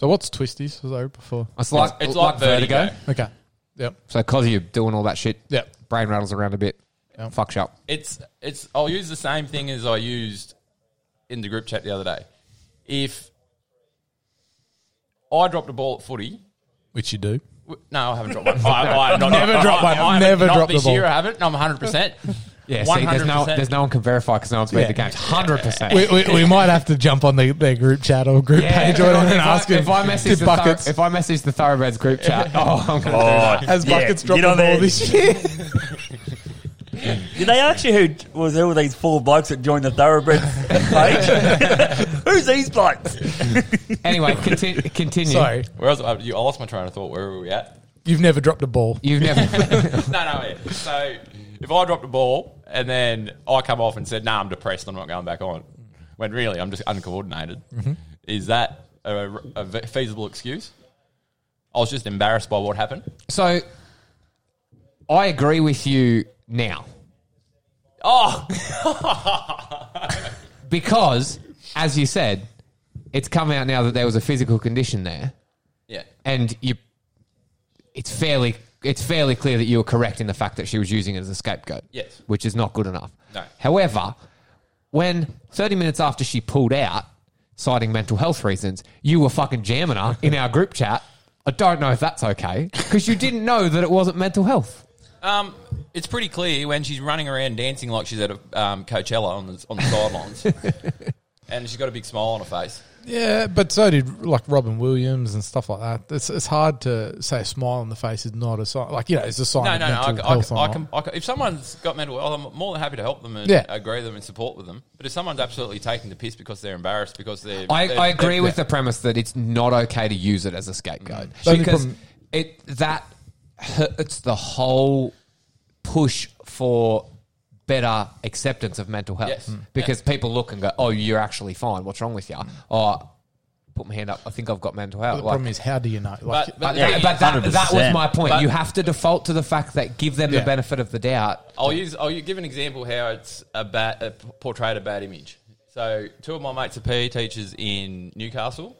S2: So what's twisties? Was over before?
S4: it's like
S3: It's like, vertigo.
S2: Okay. Yep.
S4: So cause you're doing all that shit,
S2: Yep.
S4: brain rattles around a bit, fucks you up.
S3: It's it's I'll use the same thing as I used in the group chat the other day. If I dropped a ball at footy
S2: Which you do.
S3: No, I haven't dropped one. I, I have not
S2: [LAUGHS] Never
S3: I-
S2: dropped
S3: I
S2: one.
S3: haven't.
S2: Never
S3: Not
S2: dropped the
S3: this
S2: ball.
S3: year. I haven't. I'm 100.
S2: [LAUGHS]
S3: percent
S4: Yeah, see, there's no there's no one can verify because no one's played
S2: Yeah.
S4: the game. Hundred percent.
S2: We, we,
S3: [LAUGHS]
S2: we might have to jump on the, their group chat or group page or whatever and
S4: if, I,
S2: ask him
S4: if I message
S2: did
S4: the
S2: buckets.
S4: thor- if I message the thoroughbreds
S2: [LAUGHS]
S4: group chat, oh, I'm gonna
S1: Oh,
S4: do that.
S2: has
S1: yeah.
S2: buckets dropped
S1: Get on
S2: the ball
S1: there.
S2: this
S3: [LAUGHS]
S2: year?
S1: Did they ask you who was who were these four blokes that joined the
S4: [LAUGHS]
S1: thoroughbred page? [LAUGHS] Who's these blokes?
S4: Anyway, continue. continue.
S2: Sorry,
S3: Where else? I, you, I lost my train of thought. Where were we at? [LAUGHS]
S2: you've never dropped a ball.
S4: you've never.
S3: no, no. Yeah. So if I dropped a ball and then I come off and said, "No, nah, I'm depressed. I'm not going back on," when really I'm just uncoordinated.
S2: Mm-hmm.
S3: Is that a, a ve- feasible excuse? I was just embarrassed by what happened.
S4: so, I agree with you now
S3: Oh, [LAUGHS]
S4: because, as you said, it's come out now that there was a physical condition there,
S3: yeah.
S4: and you. It's fairly. It's fairly clear that you were correct in the fact that she was using it as a scapegoat.
S3: Yes.
S4: Which is not good enough.
S3: No.
S4: However, when 30 minutes after she pulled out, citing mental health reasons, you were fucking jamming her in our group chat. I don't know if that's okay because you didn't know that it wasn't mental health.
S3: Um, it's pretty clear when she's running around dancing like she's at a um, Coachella on the on
S2: [LAUGHS]
S3: the sidelines, and she's got a big smile on her face.
S2: Yeah, but so did like Robin Williams and stuff like that. It's, it's hard to say a smile on the face is not a sign. Like you know, it's a sign.
S3: No,
S2: of
S3: no, no. I,
S2: mental
S3: I,
S2: health or
S3: I,
S2: not.
S3: can, I can- if someone's got mental health, I'm more than happy to help them and
S2: Yeah.
S3: agree with them and support with them. But if someone's absolutely taking the piss because they're embarrassed because they're,
S4: I,
S3: they're-
S4: I agree
S3: they're-
S4: with the premise that it's not okay to use it as a scapegoat
S2: The only
S4: because
S2: problem-
S4: it that hurts the whole push for better acceptance of mental health
S2: Hmm.
S3: Yes. Mm.
S4: because people look and go, "Oh, you're actually fine. What's wrong with you?" Oh, put my hand up. I think I've got mental health.
S2: the
S4: Like,
S2: problem is, how do you know? Like,
S3: But,
S4: but
S3: but
S4: that, but that, that was
S1: 100%.
S4: my point.
S3: But-
S4: you have to default to the fact that give them the
S2: Yeah.
S4: benefit of the doubt.
S3: I'll use I'll give an example how it's a bad uh, portrayed a bad image. So two of my mates are PE teachers in Newcastle.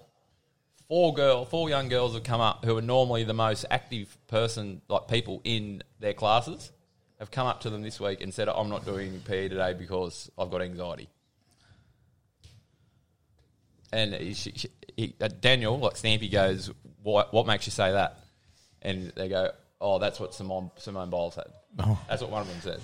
S3: Four girl, four young girls have come up who are normally the most active person, like people in their classes, have come up to them this week and said, "I'm not doing PE today because I've got anxiety." And he, she, she, he, uh, Daniel, like Stampy, goes, "What? What makes you say that?" And they go, Oh, that's what Simone Simone Biles had.
S4: Oh.
S3: That's what one of them said.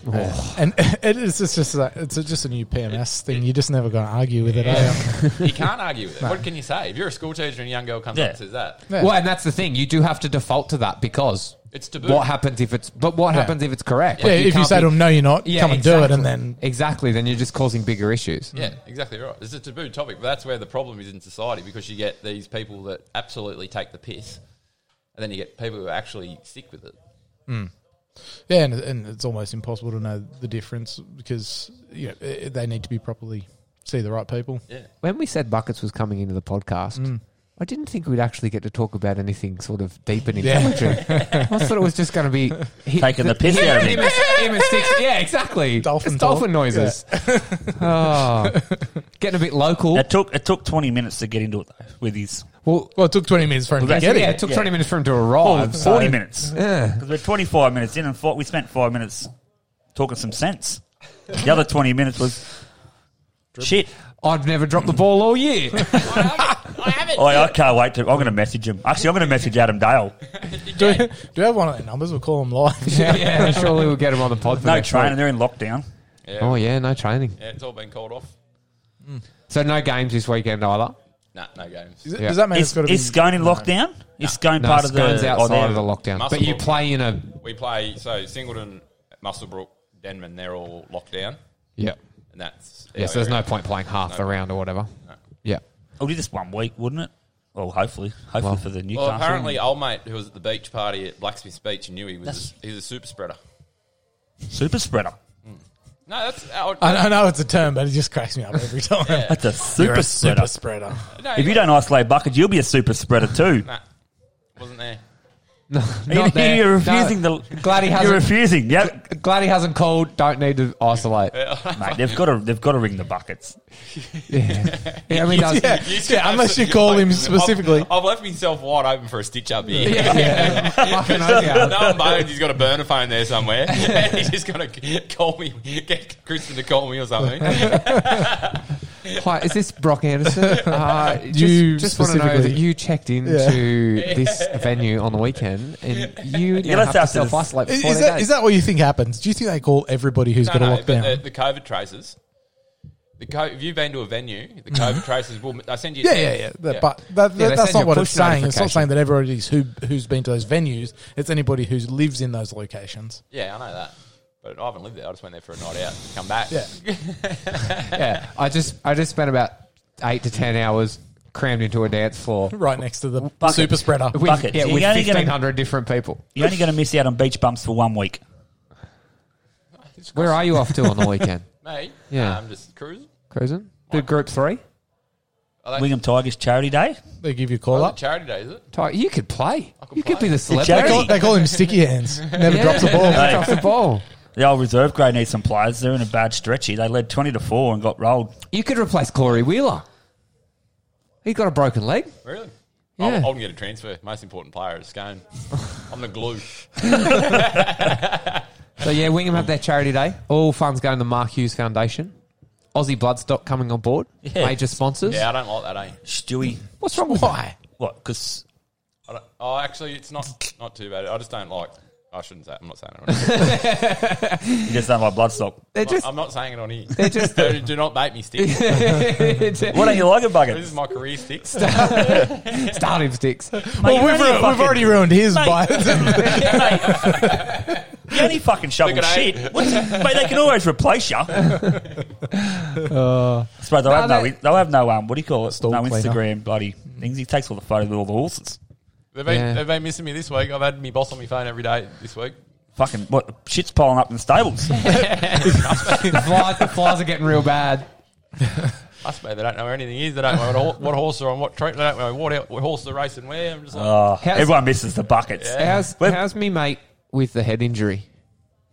S2: And [LAUGHS] it is it's just like, it's just a new PMS thing. You're just never going to argue with it. Are you?
S3: you can't argue with it. What can you say? If you're a school teacher and a young girl comes
S1: Yeah.
S3: up and says that,
S2: Yeah.
S4: Well, and that's the thing. You do have to default to that because
S3: It's taboo.
S4: What happens if it's? But what happens if it's correct?
S2: Yeah,
S4: Like,
S2: if you
S4: can't
S2: say
S4: be-
S2: to them, no, you're not,
S4: Yeah,
S2: come and do it,
S4: exactly.
S2: and then
S4: exactly, then you're just causing bigger issues.
S3: yeah, exactly right. It's a taboo topic, but that's where the problem is in society because you get these people that absolutely take the piss, and then you get people who actually stick with it.
S2: yeah, and, and it's almost impossible to know the difference because you know, eh, they need to be properly see the right people.
S3: Yeah,
S4: When we said buckets was coming into the podcast. I didn't think we'd actually get to talk about anything sort of deep and intelligent. [LAUGHS] I thought it was just going to be he-
S1: Taking the piss out of
S4: [LAUGHS]
S1: him.
S4: him and- him and sticks- Yeah, exactly.
S2: Dolphin
S4: It's dolphin
S2: talk.
S4: noises. [LAUGHS] oh, getting a bit local.
S1: It took it took twenty minutes to get into it though, with his
S4: Well,
S2: [LAUGHS] Well, it took 20 minutes for him
S1: Well,
S2: to
S1: that's-
S2: get
S4: yeah,
S2: it.
S4: it took
S1: Yeah.
S4: 20 minutes for him to arrive. Oh, so-
S1: forty minutes.
S4: Yeah.
S1: Because we're 25 minutes in and four, we spent five minutes talking some sense. The other 20 minutes was shit.
S4: I've never dropped the ball all year. [LAUGHS] Oh.
S1: I, I can't wait to. I'm going to message him. Actually, I'm going to message Adam Dale.
S2: Do, we, do we have one of their numbers? We'll call them live.
S4: yeah, yeah, surely we'll get him on the pod. for
S1: No
S4: next
S1: training.
S4: week.
S1: They're in lockdown.
S3: yeah,
S4: Oh yeah, no training.
S3: yeah. It's all been called off.
S4: So no games this weekend either.
S3: Nah, no games.
S2: Does it-
S4: Yeah.
S2: Does that mean
S1: Is,
S2: it's got to be
S1: is Scone in lockdown? Is Scone
S4: No,
S1: part of the.
S4: Scone's
S1: oh,
S4: outside
S1: they're-
S4: of the lockdown,
S3: Muscle
S4: but you
S3: Brook.
S4: play in a
S3: We play so Singleton, Musselbrook, Denman. They're all locked down,
S4: yeah.
S3: and that's
S4: Yeah, so there's no point playing half the round or whatever. Yeah.
S1: It'll be just one week, wouldn't it? Well, hopefully. Hopefully
S4: Well-
S1: for the Newcastle.
S3: Well, apparently, old mate who was at the beach party at Blacksmith's Beach knew he was. he's a super spreader.
S1: Super spreader.
S3: No, that's our,
S2: I, I know it's a term, but it just cracks me up every time.
S1: That's a super
S2: You're a
S1: spreader.
S2: [LAUGHS] super spreader.
S3: no,
S1: if you don't isolate buckets, you'll be a super spreader too.
S3: nah, wasn't there.
S4: Not
S1: [LAUGHS]
S4: there.
S1: You're
S4: No.
S1: refusing the.
S4: Glad he
S1: You're
S4: hasn't.
S1: refusing. Yep.
S4: Glad he hasn't called. Don't need to isolate.
S1: Mate, they've got to they've got to ring the buckets.
S4: Yeah, I mean, that's-
S2: Yeah, yeah unless
S3: [LAUGHS]
S2: you call him specifically.
S3: I've, I've left myself wide open for a stitch up here.
S4: yeah. Fucking oath,
S3: [LAUGHS]
S4: yeah. [LAUGHS]
S3: no one bones. He's got a burner phone
S2: [LAUGHS]
S3: there somewhere. [LAUGHS] he's just gonna call me, get Kristen to call me
S2: [LAUGHS]
S3: or something.
S4: Hi, is this Brock Anderson? Uh, just
S2: You
S4: just want to know that
S2: specifically.
S4: you checked into
S2: Yeah.
S4: [LAUGHS] this venue on the weekend and you now
S1: let's
S4: have to
S1: have to
S4: self isolate for
S2: Is,
S4: 14
S2: is that,
S4: days.
S2: is that what you think happens? Do you think they call everybody who's
S3: No,
S2: got a
S3: no,
S2: lockdown?
S3: but the, the COVID traces. The co- if you've been to a venue, the COVID traces will. I send you. a
S2: Mm-hmm. Yeah, yeah,
S3: text.
S2: yeah. That,
S3: Yeah.
S2: But that,
S4: Yeah, they
S2: that's
S4: send you
S2: not
S4: a
S2: what
S4: push
S2: it's saying. It's
S4: notification.
S2: not saying that everybody's who who's been to those venues. It's anybody who lives in those locations.
S3: Yeah, I know that. But I haven't lived there. I just went there for a night out. and Come back. [LAUGHS]
S2: Yeah,
S4: yeah, I just I just spent about eight to ten hours crammed into a dance floor with,
S2: right next to the
S1: Bucket.
S2: super spreader.
S1: Buckets.
S4: yeah,
S1: You're
S4: with
S1: only gonna-
S4: fifteen hundred different people.
S1: You're only going to miss out on beach bumps for one week.
S4: Where are you off to on the weekend?
S3: Mate,
S4: Yeah.
S3: nah, I'm just cruising.
S4: Cruising? Do group three?
S1: Wingham Tigers Charity Day.
S2: They give you a call
S3: Well,
S2: up.
S3: charity day, is it?
S4: Ty- You could play.
S3: could
S4: you could
S3: play.
S4: be the
S2: They
S4: celebrity.
S2: call, they call him Sticky Hands. Never
S4: Oh, [LAUGHS] Yeah,
S2: drops a ball.
S4: never drops the ball.
S1: The old reserve grade needs some players. They're in a bad stretchy. They led 20 to 4 and got rolled.
S4: You could replace Corey Wheeler. He got a broken leg.
S3: Really?
S4: Yeah.
S3: I'll, I'll get a transfer. Most important player is Scone. I'm the glue.
S4: So yeah, Wingham have their charity day. All funds going to Mark Hughes Foundation. Aussie Bloodstock coming on board.
S1: Yeah.
S4: Major sponsors.
S3: Yeah, I don't like that, eh?
S1: Stewie.
S4: What's wrong with Why?
S1: What? Because
S3: I don't, oh, actually, it's not not too bad. I just don't like. I shouldn't say. I'm not saying
S4: [LAUGHS]
S3: it.
S1: he just done my bloodstock.
S4: They're
S3: On,
S4: just.
S3: I'm not saying it on here.
S4: just-
S3: do, do not make me
S4: [LAUGHS]
S3: stick. this
S1: Why don't you like a
S3: is
S1: bucket?
S3: my career stick.
S4: starting sticks. [LAUGHS]
S1: Mate,
S2: Well,
S1: you're
S2: we've,
S1: only a
S2: ru- we've
S1: fucking-
S2: already ruined his
S1: Mate.
S2: by [LAUGHS]
S1: You only fucking shovel
S3: Look at
S1: shit. What- Mate, they can always replace [LAUGHS] you.
S2: Uh,
S1: I suppose they'll, have no,
S4: they-
S1: they'll have no, um, what do you call it?
S2: Stall
S1: no
S2: cleaner.
S1: Instagram bloody things. He takes all the photos of all the horses.
S3: They've been,
S4: Yeah.
S3: they've been missing me this week. I've had me boss on my phone every day this week.
S1: Fucking, what? Shit's piling up in the [LAUGHS] stables.
S4: The flies, the flies are getting real bad.
S3: Us mate, they don't know where anything is. They don't know what, hor- what horse they're on, what track. They don't know what, hor- what horse they're racing where. I'm just like,
S1: Oh,
S4: How's-
S1: everyone misses the buckets.
S4: How's
S1: Well-
S4: how's me mate with the head injury?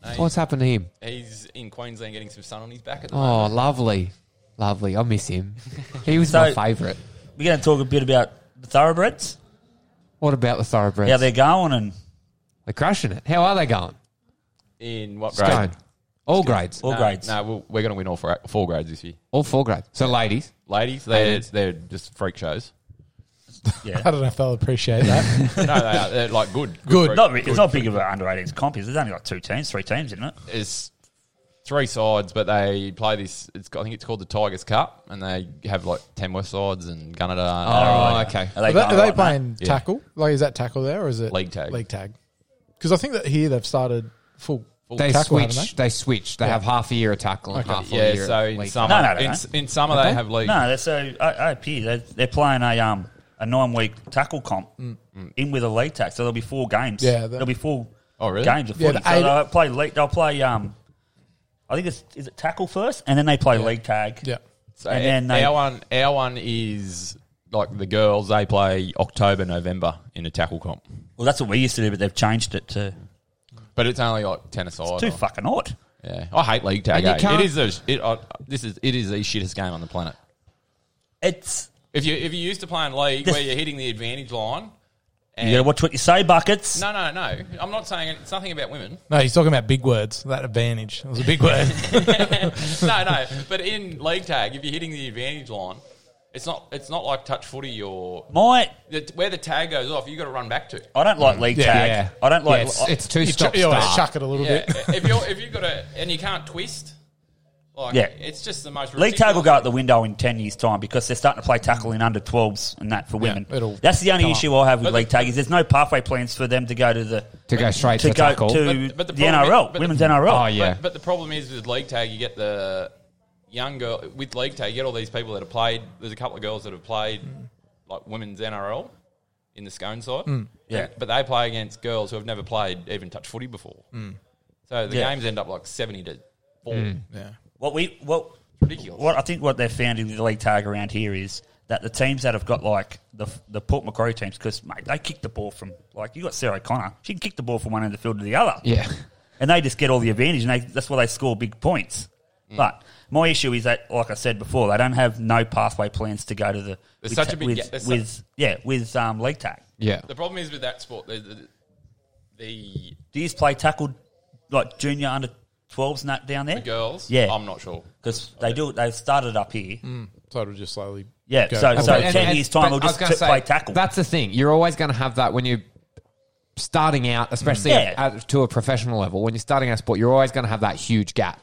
S3: Hey.
S4: What's happened to him?
S3: he's in Queensland getting some sun on his back at the moment.
S4: Oh, lovely, lovely. I miss him. He was my
S1: So-
S4: favourite.
S1: We're going to talk a bit about the thoroughbreds,
S4: What about the thoroughbreds?
S1: how they're going, and
S4: They're crushing it. How are they going?
S3: In what grade?
S4: Stone. All grades.
S1: all
S3: No,
S1: grades.
S3: No, we'll, we're going to win all four, four grades this year.
S4: All four grades. So ladies.
S3: Ladies, they're, they're just freak shows.
S1: Yeah.
S2: I don't know if they'll appreciate that.
S3: no, they are, they're like good.
S2: Good.
S3: group.
S1: Not, re- it's not big of an under 18s comp. is it? There's only like two teams, three teams, isn't it?
S3: It's three sides, but they play this. It's got- I think it's called the Tigers Cup, and they have like ten West sides and Gunnedah.
S4: Oh,
S3: and
S1: Are
S4: okay.
S2: are
S1: they,
S2: they,
S1: going
S2: are they
S1: right now?
S2: playing
S3: Yeah.
S2: tackle? Like, is that tackle there or is it
S3: League tag.
S2: League tag. Because I think that here they've started full.
S4: They
S2: tackle, haven't
S4: switch. They switch. They have half a year of tackle and
S2: Okay.
S4: half a
S3: yeah.
S4: year.
S3: So
S4: of
S3: in
S4: league.
S3: summer,
S1: No, no, they
S3: in,
S1: don't.
S3: in summer they have league.
S1: No, they're so I, IP. They're, they're playing a um a nine week tackle comp in with a league tack. So there'll be four games.
S2: Mm. Yeah, they-
S1: there'll be four
S3: Oh, really?
S1: games of
S2: Yeah,
S1: footy.
S2: the
S1: so
S2: eight-
S1: they'll play league. They'll play um. I think it's is it tackle first, and then they play league tag.
S2: Yeah.
S3: So
S1: And then they-
S3: our one, our one is like the girls. They play October, November in a tackle comp,
S1: Well, that's what we used to do, but they've changed it to
S3: but it's only like ten aside.
S1: too
S3: or-
S1: fucking odd.
S3: Yeah, I hate league tag.
S4: And you
S3: eh?
S4: can't-
S3: It is a, it, I this is it is the shittest game on the planet.
S1: It's
S3: If you if you're used to playing league
S1: This-
S3: where you're hitting the advantage line, and
S1: you got to watch what you say, buckets.
S3: no, no, no, I'm not saying it- it's nothing
S1: [LAUGHS]
S3: about women.
S2: No, he's talking about big words. That advantage. It was a big word.
S3: [LAUGHS] no, no. But in league tag, if you're hitting the advantage line, it's not it's not like touch footy or
S1: My
S3: the, where the tag goes off. You got to run back to.
S1: I don't like league
S2: Yeah.
S1: tag.
S4: Yeah.
S1: I don't like.
S4: Yeah, it's, it's two
S2: you
S4: stop
S2: ch- you wanna
S4: start.
S2: chuck it a little
S3: Yeah,
S4: [LAUGHS]
S2: bit.
S3: if you if you got to and you can't twist, like
S1: Yeah.
S3: it's just the most
S1: League tag will
S3: ridiculous-
S1: go out the window in 10 years' time because they're starting to play tackle in under 12s and that for women.
S2: it'll
S1: That's the only
S2: come
S1: issue I have with
S3: But
S1: league tag is there's no pathway plans for them to go to the
S4: to go straight to,
S1: to go
S4: tackle.
S1: to
S3: But- but the
S1: the,
S3: problem is-
S1: NRL,
S3: but the-
S1: women's NRL.
S4: oh yeah,
S3: But, but the problem is with league tag, you get the young girl with league tag. You get all these people that have played. There's a couple of girls that have played like women's NRL in the scone side.
S1: Mm. Yeah.
S3: but they play against girls who have never played even touch footy before. So the
S1: Mm. Yeah. Mm.
S3: games end up like seventy to four.
S2: yeah.
S1: What we what
S3: Ridiculous.
S1: What I think what they've found in the league tag around here is that the teams that have got like the the Port Macquarie teams because mate they kick the ball from like you got Sarah Connor she can kick the ball from one end of the field to the other
S4: yeah.
S1: and they just get all the advantage, and they, that's why they score big points.
S3: Mm.
S1: But my issue is that, like I said before, they don't have no pathway plans to go to the
S3: There's
S1: with,
S3: such a big
S1: with,
S3: gap- there's
S1: with- yeah with um, league tag.
S4: Yeah.
S3: The problem is with that sport. The, the, the,
S1: Do you play tackle like junior under twelves and that down there?
S3: the girls,
S1: Yeah.
S3: I'm not sure.
S1: Because they do they've started up here.
S3: Mm.
S2: So it'll just slowly.
S1: Yeah,
S2: go.
S1: so so
S4: But- and-
S1: ten
S4: and-
S1: years time
S4: but
S1: we'll
S4: I was
S1: just
S4: gonna
S1: t-
S4: say,
S1: play tackle.
S4: That's the thing. You're always going to have that when you're starting out, especially
S1: Yeah.
S4: at, at- to a professional level. When you're starting out sport, you're always going to have that huge gap,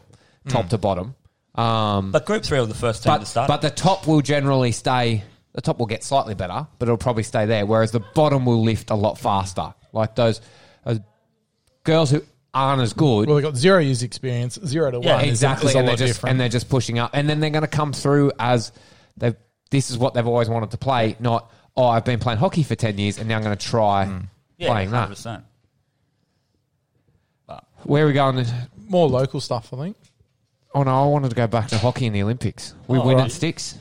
S4: top
S2: Hmm.
S4: to bottom. Um,
S1: but group three were the first team to
S4: but
S1: start.
S4: but the top will generally stay. The top will get slightly better, but it'll probably stay there. Whereas the bottom will lift a lot faster. Like those, those girls who aren't as good
S2: Well, they've got zero years experience, zero to
S1: Yeah,
S2: one. is-
S4: exactly,
S2: Is, a
S4: and they're
S2: lot
S4: just
S2: different.
S4: and they're just pushing up, and then they're going to come through as they. This is what they've always wanted to play, not oh, I've been playing hockey for ten years, and now I'm going to try
S1: Mm. yeah,
S4: playing that.
S1: 100%.
S4: Where are we going?
S2: More local stuff, I think.
S4: Oh no, I wanted to go back to hockey in the Olympics. We
S1: Oh,
S4: win
S1: right.
S4: at sticks.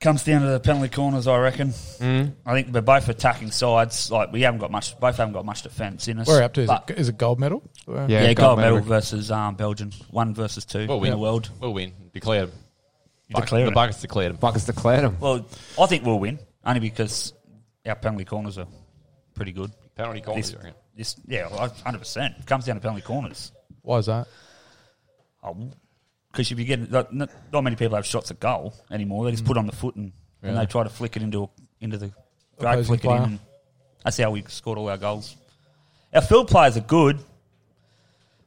S1: Comes down to the penalty corners, I reckon.
S3: Mm.
S1: I think they're both attacking sides. Like we haven't got much. Both haven't got much defence in us.
S2: Where are we up to? Is
S1: But-
S2: it, is it gold medal? Where-
S1: Yeah,
S4: Yeah,
S1: gold,
S4: gold
S1: medal,
S4: medal.
S1: versus um, Belgium. One versus two
S3: Well, we-
S1: in the world.
S3: We'll win. Declared.
S1: declare
S3: the
S1: it.
S3: Buckets declared.
S4: Buckets declared them.
S1: Well, I think we'll win only because our penalty corners are pretty good.
S3: Penalty
S1: This,
S3: corners. I reckon.
S1: this, yeah, hundred percent. Comes down to penalty corners.
S2: Why is that?
S1: Because if you get like, not, not many people have shots at goal anymore. They just put on the foot and, and they try to flick it into a, into the drag,
S2: Opposing
S1: flick it
S2: player.
S1: in. And that's how we scored all our goals. Our field players are good.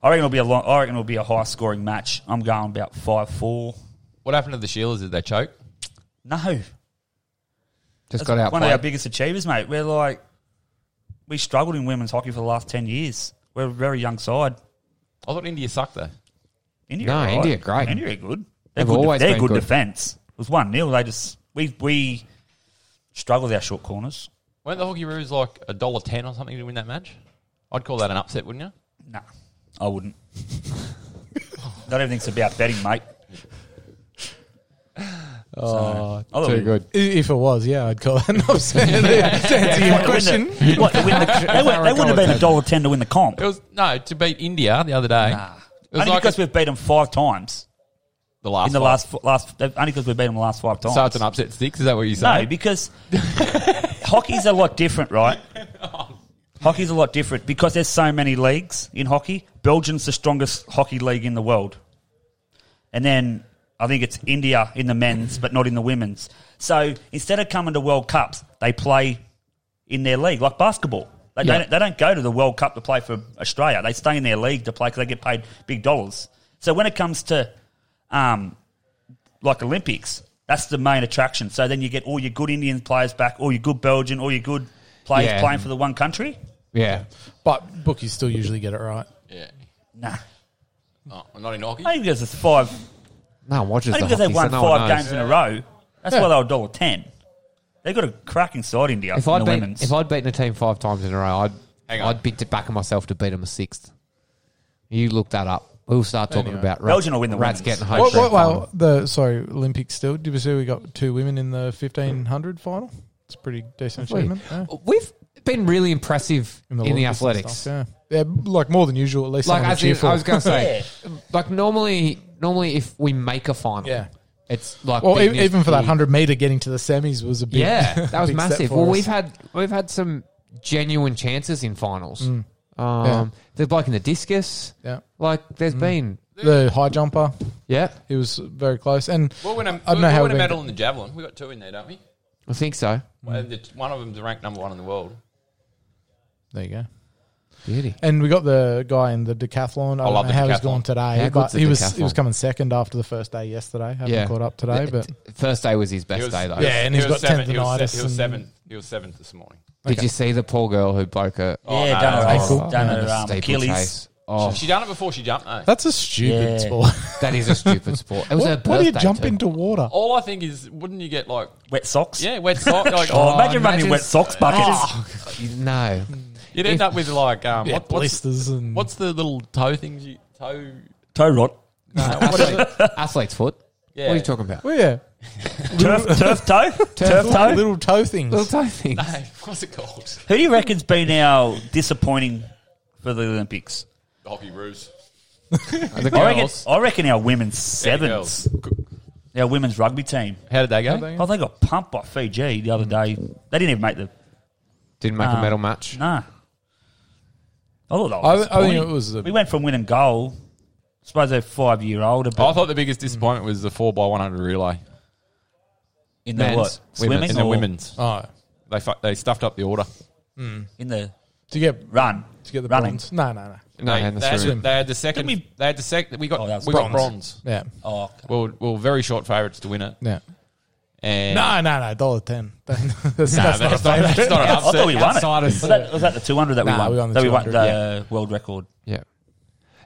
S1: I reckon it'll be a long, I reckon it'll be a high scoring match. I'm going about five four.
S3: What happened to the Sheilas? Did they choke?
S1: No,
S4: Just
S1: That's
S4: got out.
S1: one of our biggest achievers, mate. We're like, we struggled in women's hockey for the last 10 years. We're a very young side.
S3: I thought India sucked though.
S1: India,
S4: No,
S1: are right.
S4: India are great.
S1: India are good. They're
S4: They've
S1: good,
S4: always
S1: they're
S4: been
S1: good,
S4: good.
S1: defense. It was 1 0. They just, we, we struggle with our short corners.
S3: Weren't the Hockey Roos like a dollar ten or something to win that match? I'd call that an upset, wouldn't you?
S1: Nah, I wouldn't. [LAUGHS] Not everything's about betting, mate.
S4: Oh,
S1: I thought
S4: too
S1: we-
S4: good.
S2: Uh, I- If it was, yeah, I'd call that [LAUGHS] an upset. to answer your question.
S1: The, what, to win
S4: [LAUGHS]
S1: the, [LAUGHS] they, wou- they wouldn't have been a dollar ten to win the comp.
S3: It was no to beat India the other day.
S1: Nah.
S3: It was
S1: Only
S3: like
S1: because
S3: a-
S1: we've beat them five times
S3: the last
S1: in the
S3: fight.
S1: last fo- last. Only because we've beat them the last five times.
S3: So it's an upset six. Is that what you
S1: No,
S3: say?
S1: because hockey's a lot different, right? Hockey's a lot different because there's so many leagues in hockey. Belgium's the strongest hockey league in the world. And then I think it's India in the men's, but not in the women's. So instead of coming to World Cups, they play in their league, like basketball. They,
S4: Yeah.
S1: don't, they don't go to the World Cup to play for Australia. They stay in their league to play because they get paid big dollars. So when it comes to um, like Olympics, that's the main attraction. So then you get all your good Indian players back, all your good Belgian, all your good players
S4: Yeah.
S1: playing for the one country.
S4: Yeah.
S2: But bookies still usually get it right.
S5: Yeah.
S1: Nah,
S5: Oh, not in hockey.
S1: I think because it's five.
S4: No one watches
S1: I
S4: the
S1: think because they
S4: hockey, so
S1: won
S4: no one
S1: five
S4: knows.
S1: games in a row. That's
S2: Yeah.
S1: why they were dollar ten. They got a cracking side India
S4: If
S1: in
S4: I'd
S1: the
S4: beat,
S1: women's.
S4: if I'd beaten a team five times in a row, I'd
S5: Hang on.
S4: I'd picked it back on myself to beat them a sixth. You look that up. We'll start talking
S2: Anyway.
S4: about rats,
S1: Belgium will win the
S4: rats
S1: women's.
S4: getting home.
S2: Well,
S4: for a
S2: well, well,
S4: final.
S2: the sorry Olympics still. Did we see we got two women in the fifteen hundred final? It's a pretty decent achievement. yeah.
S4: We've been really impressive in the,
S2: Olympics and
S4: athletics.
S2: stuff, yeah. yeah, like more than usual. At least
S4: Like
S2: like someone
S4: I,
S2: to cheer
S4: think,
S2: for.
S4: I was going to say, like normally, normally if we make a final,
S2: yeah.
S4: it's like
S2: [LAUGHS] Well,
S4: big
S2: e-
S4: news
S2: even for that
S4: big-
S2: hundred meter, getting to the semis was a big
S4: Yeah, that
S2: [LAUGHS]
S4: was
S2: big step
S4: massive.
S2: for
S4: Well,
S2: us.
S4: we've had we've had some genuine chances in finals. Um,
S2: Mm. Yeah.
S4: The bloke in the discus,
S2: yeah.
S4: like there's
S2: Mm.
S4: been,
S2: the high jumper.
S4: yeah,
S2: He was very close, and
S3: We'll win a,
S2: I don't
S3: we'll,
S2: know
S3: we'll
S2: how
S3: win a
S2: we're
S3: medal in the javelin. We've got two in there, don't we?
S4: I think so.
S3: Well, the- One of them's ranked number one in the world.
S2: there you go.
S4: Beauty.
S2: And we got the guy in the decathlon. I,
S3: I
S2: don't
S3: love
S2: know
S3: the
S2: how he's
S3: decathlon.
S2: gone today,
S4: How
S2: but
S4: good's the
S2: he was
S4: decathlon?
S2: he was coming second after the first day yesterday. Haven't
S4: Yeah.
S2: caught up today, but
S4: First day was his best
S3: He was-
S4: day though.
S2: Yeah, and he's
S3: he was
S2: got
S3: seventh- he was
S2: tendonitis
S3: se- He
S2: and-
S3: was seventh. He was seventh this morning.
S4: Did you see the poor girl who broke her?
S1: yeah,
S3: no,
S1: done her
S3: that's
S1: ankle,
S2: awful.
S1: done
S4: the
S1: her um,
S4: steeplechase?
S1: Achilles.
S3: [LAUGHS]
S4: Oh,
S3: She done it before she jumped. No.
S2: that's a stupid
S1: Yeah.
S2: sport.
S4: that is a stupid sport. It was her
S2: what,
S4: birthday.
S2: why do you jump
S4: too.
S2: into water?
S3: All I think is, wouldn't you get like,
S1: Wet socks.
S3: yeah, wet sock? Like,
S1: Oh, imagine,
S4: imagine-
S1: running wet socks buckets.
S4: No,
S3: you'd end up with like, um,
S2: Yeah,
S3: what, what's,
S2: blisters and
S3: what's the little toe things you toe? uh,
S1: Toe rot.
S4: athlete's foot.
S3: Yeah.
S4: What are you [LAUGHS]
S2: [LAUGHS]
S4: talking about?
S2: well, yeah,
S1: Turf, turf toe. turf
S2: Little-
S1: toe.
S2: little toe things.
S4: Little toe things.
S3: Hey, what's it called?
S1: Who do you reckon's been our disappointing for the Olympics?
S5: Hockey ruse.
S4: The
S1: I reckon,
S4: girls.
S1: I reckon our women's
S3: girls.
S1: sevens, our women's rugby team.
S3: How did they go?
S1: Oh, they got pumped by Fiji the other day. They didn't even make the
S4: Didn't make a
S1: Um,
S4: medal match.
S1: nah. I thought that
S2: I,
S1: was
S2: I think it
S1: disappointing.
S2: was a,
S1: We went from winning goal. suppose they're five year older, but
S3: I thought the biggest disappointment was the four x one hundred relay
S1: in the
S4: men's,
S1: what?
S4: women's.
S1: Swimming
S3: in the
S1: or
S3: women's.
S2: oh
S3: They fu- they stuffed up the order.
S1: in the
S2: to get
S1: run
S2: to get the
S1: running.
S2: bronze. No, no, no.
S4: No,
S3: they,
S4: and the
S3: they, had,
S4: swimming.
S3: they had the second.
S1: Didn't we-
S3: they had the second. We got
S1: Oh, that was
S3: we got bronze.
S2: Yeah,
S1: Oh, okay.
S3: We were, we were very short favourites to win it.
S2: yeah.
S3: And
S2: No, no, no. Dollar ten. [LAUGHS] that's, that's
S3: Nah,
S2: not a
S3: that's not, that's
S1: [LAUGHS]
S3: not an
S1: I thought
S3: upset.
S1: we won it.
S4: Outsiders.
S1: Was that, was that the 200 that we
S2: Nah,
S1: won?
S2: we won the
S1: that we won the
S2: 200,
S1: uh, world record.
S4: Yeah.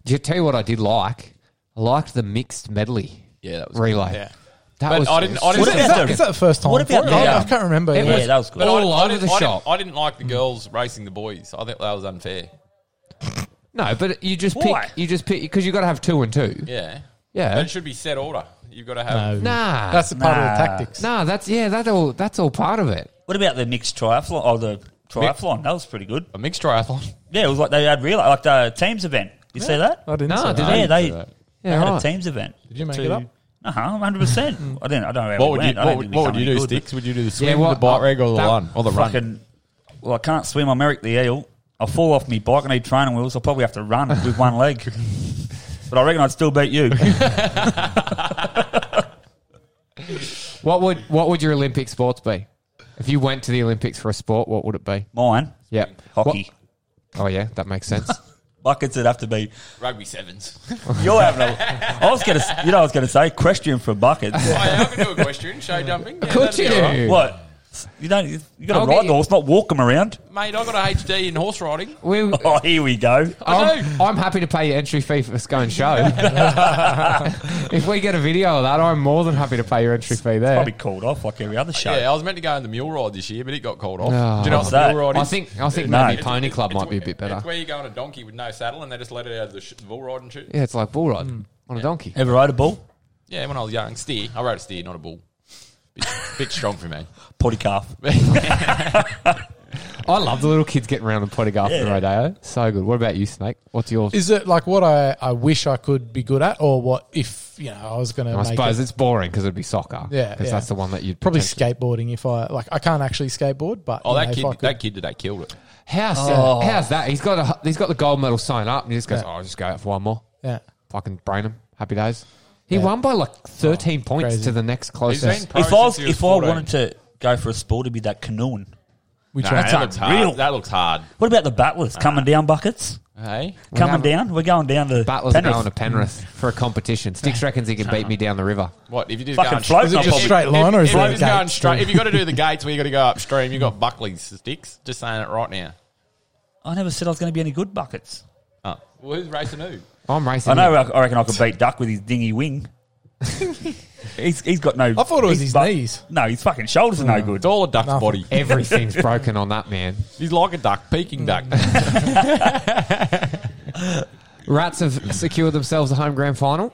S4: Do you tell you what I did like? I liked the mixed medley.
S3: Yeah, that was
S4: relay.
S2: Yeah.
S4: That
S3: But
S4: was
S3: I didn't- I
S2: What
S1: What
S2: is,
S3: didn't-
S2: is,
S1: about
S2: that,
S1: the-
S2: is that the first time?
S1: what about
S2: for it?
S1: the,
S2: I, I
S1: um,
S2: can't remember.
S4: it
S1: Yeah, that was
S3: But
S1: good.
S4: All
S3: I, didn't- I
S4: over
S3: didn't,
S4: the
S3: I,
S4: shop.
S3: didn't, I didn't like the girls racing the boys. I think that was unfair.
S4: No, but you just
S1: Why?
S4: pick. You just pick because you got to have two and two.
S3: Yeah.
S4: Yeah.
S3: That should be set order. You've got to have.
S4: Nah.
S2: that's a part of the
S1: Nah.
S2: tactics.
S4: nah. That's yeah. That all. That's all part of it.
S1: What about the mixed triathlon? Oh, the triathlon. That was pretty good.
S3: A mixed triathlon.
S1: Yeah, it was like they had relay, like the teams event. You see that?
S2: I didn't.
S4: Nah,
S2: say
S4: did
S2: that.
S4: I
S1: yeah,
S4: didn't
S1: they,
S3: that.
S1: they
S4: Yeah,
S1: had
S4: right. Hmm.
S1: a teams event.
S2: Did you make it up?
S1: Uh huh, 100%. I didn't, I don't know. how
S3: What
S1: we
S3: would you
S1: went. I don't think
S3: What would, what
S1: we
S3: would
S1: come
S3: you do?
S1: any good,
S3: Sticks? Would you do the
S4: Yeah,
S3: swim,
S4: what-
S3: the bike reg, or the
S4: that-
S3: run, or the
S1: but
S3: run?
S1: Fucking, well, I can't swim. I'm Eric the Eel. I'll fall off my bike. I need training wheels. I'll probably have to run with one leg. [LAUGHS] But I reckon I'd still beat
S3: [LAUGHS]
S1: you.
S4: What would What would your Olympic sports be? If you went to the Olympics for a sport, what would it be?
S1: Mine,
S4: Yeah.
S1: hockey.
S4: What- oh yeah, that makes sense.
S1: Buckets would have to be.
S3: Rugby sevens.
S1: You're having a. I was going to, you know, I was going to say equestrian for buckets.
S3: I can do equestrian, show jumping. Yeah,
S4: [LAUGHS] Could
S3: that'd be all right.
S4: you?
S1: What? You don't. You got
S4: I'll
S1: to
S4: get
S1: ride
S4: you-
S1: the horse, not walk them around.
S3: Mate, I got a HD in horse riding.
S4: We,
S1: Oh, here we go.
S4: I'm, I'm happy to pay your entry fee for this going show. [LAUGHS] if we get a video of that, I'm more than happy to pay your entry fee there.
S1: Probably called off like every other show.
S3: Yeah, I was meant to go in the mule ride this year, but it got called off.
S4: Oh.
S3: Do you know
S1: What's
S3: what the
S1: that?
S3: mule ride is?
S4: I think I think
S1: No.
S4: maybe
S1: It's-
S4: Pony Club
S3: It's
S4: might be a
S3: wh-
S4: bit better.
S3: It's where you go on a donkey with no saddle and they just let it out of the, sh- the bull ride and shit.
S4: Yeah, it's like bull ride
S1: Hmm.
S4: on a donkey.
S1: Ever ride a bull?
S3: Yeah, when I was young, steer. I rode a steer, not a bull. Bit, bit strong for me.
S1: Potty
S2: [LAUGHS]
S1: calf.
S4: I love the little kids getting around the potty after the
S1: Yeah.
S4: rodeo. So good. What about you, Snake? What's yours?
S2: Is it like what I, I wish I could be good at, or what if you know I was going to?
S4: I
S2: make
S4: suppose
S2: it,
S4: it's boring because it'd be soccer.
S2: Yeah,
S4: because
S2: yeah.
S4: that's the one that you'd
S2: probably
S4: potentially-
S2: skateboarding. If I like, I can't actually skateboard, but
S3: Oh,
S2: you
S3: that
S2: know, if
S3: kid,
S2: I could-
S3: that kid today killed it.
S4: How's
S1: Oh.
S4: how's that? He's got a, he's got the gold medal sign up and he just goes,
S2: Yeah.
S4: "Oh, I'll just go out for one more."
S2: yeah.
S4: Fucking brain him. Happy days. He
S2: Yeah. Oh,
S4: won by like 13 points
S2: crazy.
S4: to the next
S3: been
S4: closest.
S3: pro
S1: if I was,
S3: since he was
S1: if I
S3: 14.
S1: wanted to go for a sport, it'd be that canoeing.
S2: We
S3: Nah,
S2: tried.
S3: that looks hard.
S1: real.
S3: That looks hard.
S1: What about the
S2: Ah.
S1: battlers coming down buckets?
S3: Hey,
S1: Coming
S4: having-
S1: down? We're going down to
S4: Butlers
S1: Penrith.
S4: going to Penrith for a competition. Sticks reckons he can beat me down the river.
S3: what if you just
S1: Fucking
S3: go and-
S1: float,
S2: Is it
S1: I'll
S2: just
S1: probably-
S2: straight line
S3: if,
S2: or
S3: if
S2: is
S3: you
S2: it
S3: just going
S2: gates?
S3: straight, if you got to do the gates where you got to go upstream, you got Buckley's sticks. Just saying it right now.
S1: I never said I was going to be any good buckets.
S3: Oh. Well, who's racing who?
S4: I'm
S1: I
S4: racing.
S1: know.
S4: you.
S1: I I reckon I could beat Duck with his dingy
S2: [LAUGHS]
S1: wing. he's he's got no.
S2: I thought it was his
S1: bu-
S2: knees. Mm.
S1: No, his fucking shoulders are no good.
S3: It's all a duck's
S2: Nothing.
S3: body.
S4: Everything's broken on that man.
S3: He's like a duck, peeking
S2: Mm.
S3: duck.
S2: [LAUGHS]
S4: Rats have secured themselves a home grand final.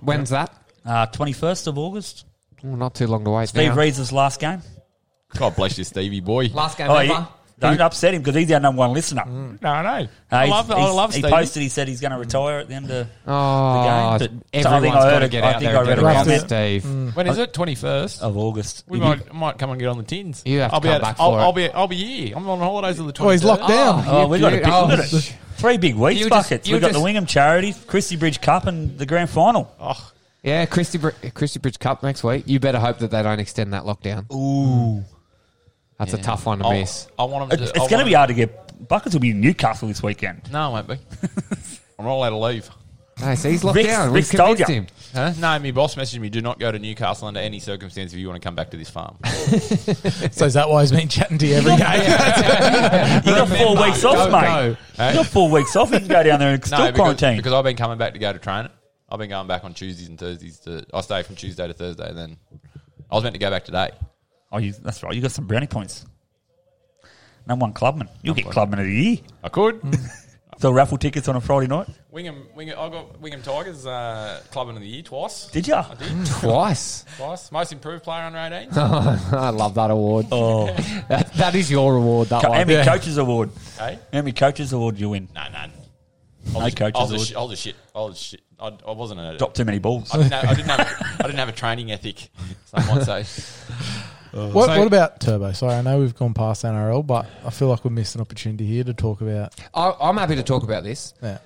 S4: When's that?
S1: Twenty first Uh, of August.
S4: Oh, not too long to wait.
S1: Steve
S4: now.
S1: Reed's his last game.
S3: God bless you, Stevie boy.
S4: Last game
S1: Oh,
S4: ever.
S1: he- don't upset him because he's our number one listener.
S2: No, I know.
S1: Uh, he's-
S3: love that. I
S1: he's-
S3: love
S1: He
S3: Stevie.
S1: posted. He said he's going to retire at the end of the
S4: Oh,
S1: game. But so I
S4: everyone's
S1: think I
S4: got
S1: heard
S4: to
S1: it. Mm.
S4: get
S1: I
S4: out
S1: think
S4: there
S1: I
S4: and
S1: read
S4: get
S1: a
S4: around
S2: comment.
S4: Steve.
S3: When is it? Twenty first.
S1: of August.
S3: We
S1: Oh, You-
S3: might, might come and get on the tins.
S4: You have to
S3: I'll be
S4: come
S3: out-
S4: back
S3: I'll,
S4: for
S3: I'll
S4: it.
S3: be. I'll be here. I'm on holidays on the twenty.
S2: Oh, he's locked down.
S1: Oh, we got a
S4: You-
S1: big look at
S4: oh,
S1: it. Three big weeks
S4: You just-
S1: buckets.
S4: you
S1: We've got
S4: just-
S1: the Wingham Charity, Christie Bridge Cup, and the grand final.
S3: Oh,
S4: Yeah, Christy, Br- Christy Bridge Cup next week. You better hope that they don't extend that lockdown. Ooh. That's a tough one to
S1: Oh.
S3: I'll-
S4: miss.
S3: I want him
S1: It-
S3: to.
S1: it's going to be hard to get. Buckets will be in Newcastle this weekend.
S3: No, it won't be. I'm not allowed to leave.
S4: No,
S1: [LAUGHS]
S4: so he's locked
S1: Rick's-
S4: down. We've
S1: Rick's told
S4: convinced
S1: ya.
S4: him.
S3: Huh? No, my boss messaged me. Do not go to Newcastle under any circumstance if you want to come back to this farm.
S2: So is that why he's been chatting to you every day?
S1: You got four weeks off,
S4: Don't
S1: mate.
S4: go.
S1: You got four weeks off. You can go down there and still
S3: [LAUGHS] no, because,
S1: quarantine.
S3: because I've been coming back to go to train it. I've been going back on Tuesdays and Thursdays. To I stay from Tuesday to Thursday. Then I was meant to go back today.
S1: oh, you, that's right. You got some brownie points. Number one clubman. You'll get clubman of the year.
S3: I could.
S1: So raffle tickets on a Friday night.
S3: Mm. Wingham, Wingham, I got Wingham Tigers uh, clubbing of the year twice.
S1: Did ya? [LAUGHS]
S4: Twice.
S3: Twice. Most improved player under 18.
S4: I love that award.
S1: Oh,
S4: [LAUGHS] That, that is your award, that
S1: Co-
S4: one.
S1: Emmy Coaches Award.
S3: Okay.
S1: Emmy Coaches Award. You win.
S3: No, no.
S1: No
S3: I
S1: coaches
S3: was, a
S1: award.
S3: sh- I was a shit. I was a shit. I, I wasn't a.
S1: Drop too many balls.
S3: I didn't, have, I, didn't have, I didn't have a training ethic. Some might say.
S2: what, what about Turbo? Sorry, I know we've gone past NRL, but I feel like we missed an opportunity here to talk about.
S4: I, I'm happy to talk about this
S2: Yeah.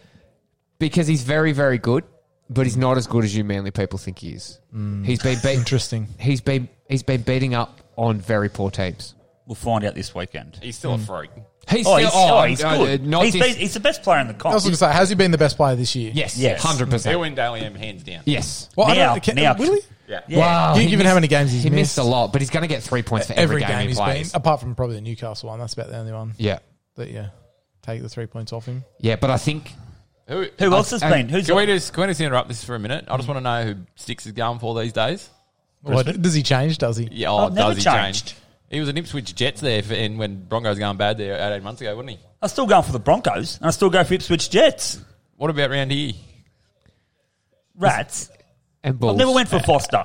S4: because he's very, very good, but he's not as good as you manly people think he is.
S1: Mm.
S4: He's been
S1: [LAUGHS]
S4: beat,
S2: Interesting.
S4: he's been he's been beating up on very poor teams.
S1: We'll find out this weekend.
S3: He's still a freak.
S4: He's
S1: Oh,
S4: still,
S1: he's,
S4: oh,
S1: oh, he's
S4: uh,
S1: good.
S4: not
S1: he's,
S4: dis-
S1: been- he's the best player in the
S2: I
S1: comp.
S2: was going to say, has he been the best player this year?
S4: yes,
S1: Yes.
S4: hundred
S3: He'll
S4: percent.
S3: win Daly M hands down.
S4: Yes.
S2: Well, I
S1: Now-
S2: don't- can-
S1: now.
S2: will he?
S3: Yeah.
S1: Yeah.
S4: Wow.
S2: Gi-
S4: He
S2: given how many games he's
S4: He missed
S2: missed.
S4: a lot, but he's going to get three points for
S2: Every, game,
S4: he
S2: he's been,
S4: plays.
S2: apart from probably the Newcastle one. That's about the only one
S4: Yeah,
S2: that yeah, take the three points off him.
S4: yeah, but I think
S3: Who,
S1: Who else has
S4: I-
S1: been? Who's
S3: Can we, just, can we just interrupt this for a minute? I just want to know who Sticks is going for these days.
S2: Well, does he change? Does he?
S3: Yeah, oh,
S1: I've never
S3: does he
S1: changed.
S3: change? He was an Ipswich Jets there for, and when Broncos going bad there 18 months ago, wasn't he?
S1: I'm still going for the Broncos, and I still go for Ipswich Jets.
S3: What about round here?
S1: Rats.
S4: and Bulls.
S1: I've never went for Foster.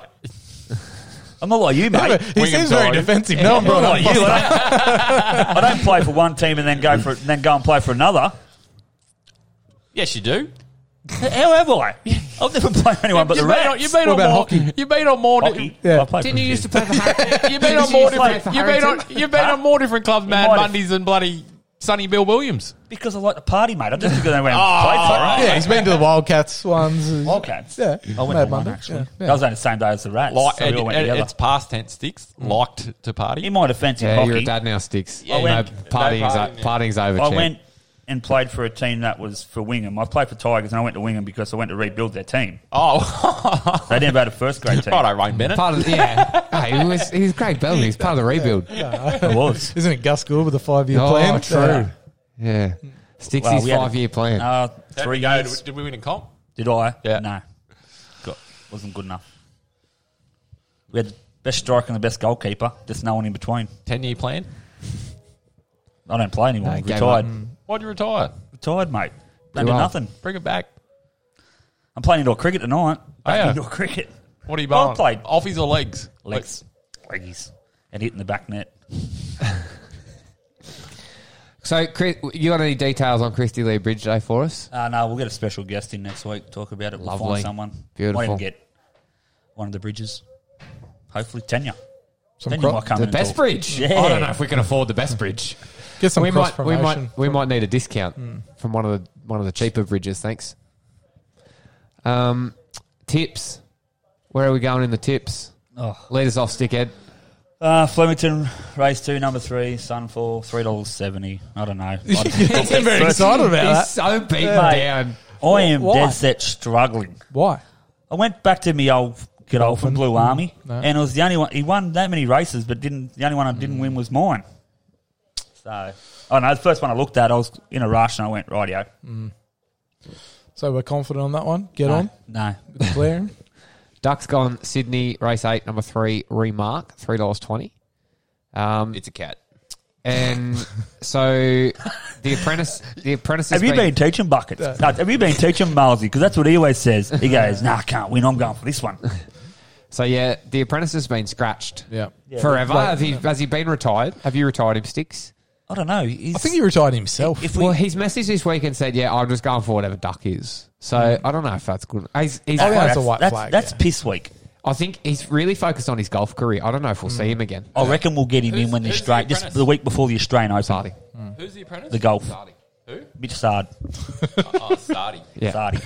S1: I'm not like you, mate.
S2: he
S3: Wingham
S2: seems very
S3: died.
S2: defensive. No one
S1: I'm [LAUGHS]
S2: brought
S1: not
S2: up. [LAUGHS]
S1: like you. I don't, I don't play for one team and then go for then go and play for another.
S3: Yes, you do.
S1: How have I? I've never played for anyone but the
S3: you beat on,
S1: Rats.
S3: you beat
S2: What
S3: on
S2: about
S3: more. [LAUGHS]
S2: hockey?
S3: You beat on more.
S1: Hockey.
S2: Yeah.
S1: I played
S4: Didn't
S1: for
S4: you
S1: a
S4: used
S1: few.
S4: to play
S1: [LAUGHS]
S4: for Harrington?
S3: You beat on more
S1: play
S3: different.
S4: for
S3: You beat on.
S4: Harrington?
S3: You beat on more
S1: [LAUGHS]
S3: different clubs, man.
S1: might have.
S3: Mondays than bloody Sonny Bill Williams.
S1: Because I like to party, mate. I just think they went and played
S2: Yeah, he's been to the Wildcats ones.
S1: for it. Wildcats.
S2: Yeah,
S1: I went
S2: Mad
S1: to one,
S2: Monday.
S1: actually.
S2: Yeah, yeah.
S1: That was on the same day as the Rats.
S3: Like,
S1: so we all went together. Mm.
S3: it's past tense sticks. Liked to party.
S1: In my defence, in
S4: Yeah,
S1: hockey,
S4: you're a dad now, sticks.
S1: I
S4: no,
S1: went-
S4: partying's,
S3: no partying,
S4: o- partying's over.
S1: I
S4: champ.
S1: went and played for a team that was for Wingham. I played for Tigers and I went to Wingham because I went to rebuild their team.
S3: Oh, [LAUGHS]
S1: They didn't have a first grade team.
S3: righto, Rain Bennett.
S4: Part of the, yeah,
S1: [LAUGHS]
S4: hey, he was he was Craig Bellamy. He's part of the rebuild.
S1: It
S3: [LAUGHS]
S1: was.
S2: Isn't it Gus Gould with a five-year
S4: Oh,
S2: plan?
S4: true.
S2: Yeah.
S4: Yeah, sticks
S1: Well,
S4: his
S1: we had a-
S4: five year plan.
S1: Uh,
S3: There
S1: three
S3: we go.
S1: years.
S3: Did we win in comp?
S1: Did I?
S3: Yeah.
S1: No. Got, wasn't good enough. We had the best striker and the best goalkeeper. Just no one in between.
S3: Ten year plan.
S1: I don't play anymore.
S4: No, gave
S1: retired.
S4: up. Mm.
S3: Why'd you retire?
S1: Retired, mate. Don't
S4: Too
S1: do
S4: old.
S1: nothing.
S3: Bring it back.
S1: I'm playing indoor cricket tonight.
S3: Oh, yeah.
S1: Indoor [LAUGHS] cricket.
S3: What are you
S1: Well
S3: buying?
S1: played.
S3: Offies or legs?
S1: Legs. Leggies. And hitting the back net.
S4: So, Chris, you got any details on Christy Lee Bridge Day for us?
S1: Uh, no, we'll get a special guest in next week. Talk about it. We'll
S4: Lovely.
S1: find someone.
S4: Beautiful.
S1: Might even get one of the bridges. Hopefully, Tanya.
S2: Some
S1: Tanya
S2: cro-
S1: might come
S4: the
S1: in and
S4: best
S1: talk.
S4: bridge.
S1: Yeah.
S4: I don't know if we can afford the best bridge.
S2: [LAUGHS] Get some Hmm.
S4: we
S2: cross
S4: might, we
S2: promotion.
S4: might, we might need a discount from one of the one of the cheaper bridges. Thanks. Um, tips. Where are we going in the tips?
S1: Oh.
S4: Lead us off, stickhead.
S1: Uh, Flemington race two, number three, Sunfall, three dollars seventy. I
S4: [LAUGHS]
S1: don't know. I,
S2: I'm very excited about
S4: He's
S2: that.
S4: so beaten
S1: Mate.
S4: down.
S1: I am
S2: Why?
S1: dead set struggling.
S2: Why?
S1: I went back to me old good old from
S2: Dolphin.
S1: Blue Army,
S2: Mm-hmm. No.
S1: and it was the only one. He won that many races, but didn't the only one I
S2: Mm.
S1: didn't win was mine. So I don't know the first one I looked at, I was in a rush, and I went radio.
S2: So we're confident on that one. Get
S1: no,
S2: on,
S1: no.
S2: declare him.
S4: Ducks gone. Sydney race eight, number three. Remark three dollars twenty. Um,
S3: It's a cat.
S4: and
S1: [LAUGHS]
S4: so the apprentice, the apprentice. has
S1: Have you been teaching buckets? No, have you been teaching Malsey? Because that's what he always says. [LAUGHS] He goes, "Nah, I can't win. I'm going for this one."
S4: So yeah, the apprentice has been scratched.
S2: Yeah.
S4: Forever?
S2: Like-
S4: have he, Has he been retired? Have you retired him, Sticks?
S1: I don't know. He's,
S2: I think he retired himself.
S1: if we,
S4: Well, he's messaged this week and said, "Yeah, I'm just going for whatever Duck is." So
S2: Mm.
S4: I don't know if that's good. He's, he's,
S2: I think
S1: that's,
S2: that's a white
S1: that's,
S2: flag,
S1: that's
S2: yeah.
S1: piss week.
S4: I think he's really focused on his golf career. I don't know if we'll
S2: Mm.
S4: see him again.
S1: I reckon we'll get him in
S3: Who's-
S1: when the
S3: who's the
S1: Australian, just
S3: apprentice?
S1: the week before the Australian Open.
S4: Party.
S3: Who's the apprentice?
S1: The golf.
S3: Sardi. Who?
S1: Mitch Sard,
S3: Oh, Sardi.
S1: [LAUGHS]
S4: Yeah,
S1: Sardi.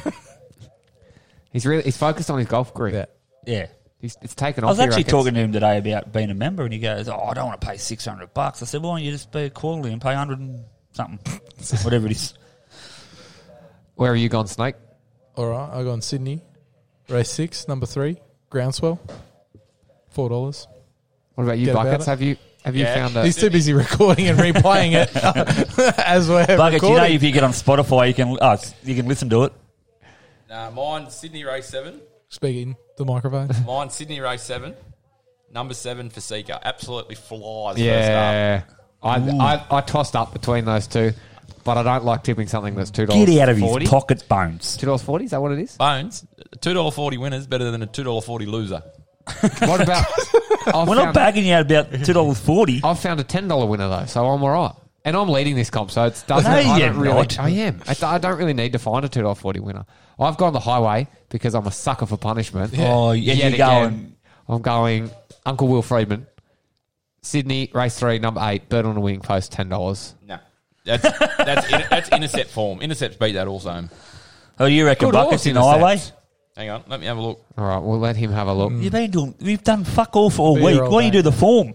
S4: he's really he's focused on his golf career.
S2: Yeah.
S1: yeah.
S4: He's, it's taken off.
S1: I was
S4: here,
S1: actually
S4: reckons.
S1: talking to him today about being a member, and he goes, "Oh, I don't want to pay six hundred bucks." I said, "Why don't you just be quarterly and pay hundred and [LAUGHS] something, whatever it is?"
S4: Where are you gone, Snake?
S2: All right, I go on Sydney, race six, number three, groundswell, four dollars.
S4: What about you,
S2: Get about
S4: buckets?
S2: it.
S4: have you have you
S3: Yeah.
S4: found a
S2: He's too busy recording and replaying it as
S1: [LAUGHS]
S2: we're
S1: Bucket, you know,
S2: recording.
S1: if you get on Spotify, you can oh, it's- you can listen to it.
S3: Nah, mine, Sydney race seven.
S2: Speaking to the microphone.
S3: Mine, Sydney race seven. Number seven for Seeker. Absolutely flies
S4: yeah? I,
S1: Ooh.
S4: I I tossed up between those two, but I don't like tipping something that's two dollars.
S1: Get out of
S4: forty.
S1: his pocket bones.
S4: Two dollars forty. Is that what it is?
S3: first up. Bones, $2.40 winner's better than a $2.40 loser.
S1: [LAUGHS]
S4: What about? I've
S1: We're
S4: found,
S1: not bagging you out about two dollars [LAUGHS] forty.
S4: I've found a ten dollar winner though, so I'm all right. And I'm leading this comp, so it doesn't.
S1: No,
S4: I
S1: you're
S4: don't really,
S1: not.
S4: I am. I, I don't really need to find a two dollar forty winner. I've gone the highway because I'm a sucker for punishment.
S1: Oh, yeah,
S4: Yet
S1: you're
S4: again,
S1: going.
S4: I'm going. Uncle Will Friedman, Sydney race three, number eight, bird on a wing, post ten dollars.
S3: No. That's that's in, that's intercept form. Intercepts beat that also.
S1: Oh, you reckon
S4: Good
S1: buckets
S4: horse
S1: in
S4: intercept.
S1: highway?
S3: Hang on, let me have a look.
S4: All right, we'll let him have a look.
S1: You've been doing. You've done fuck all for all
S2: Beer
S1: week. Why
S2: all
S1: don't you
S2: day.
S1: do the form?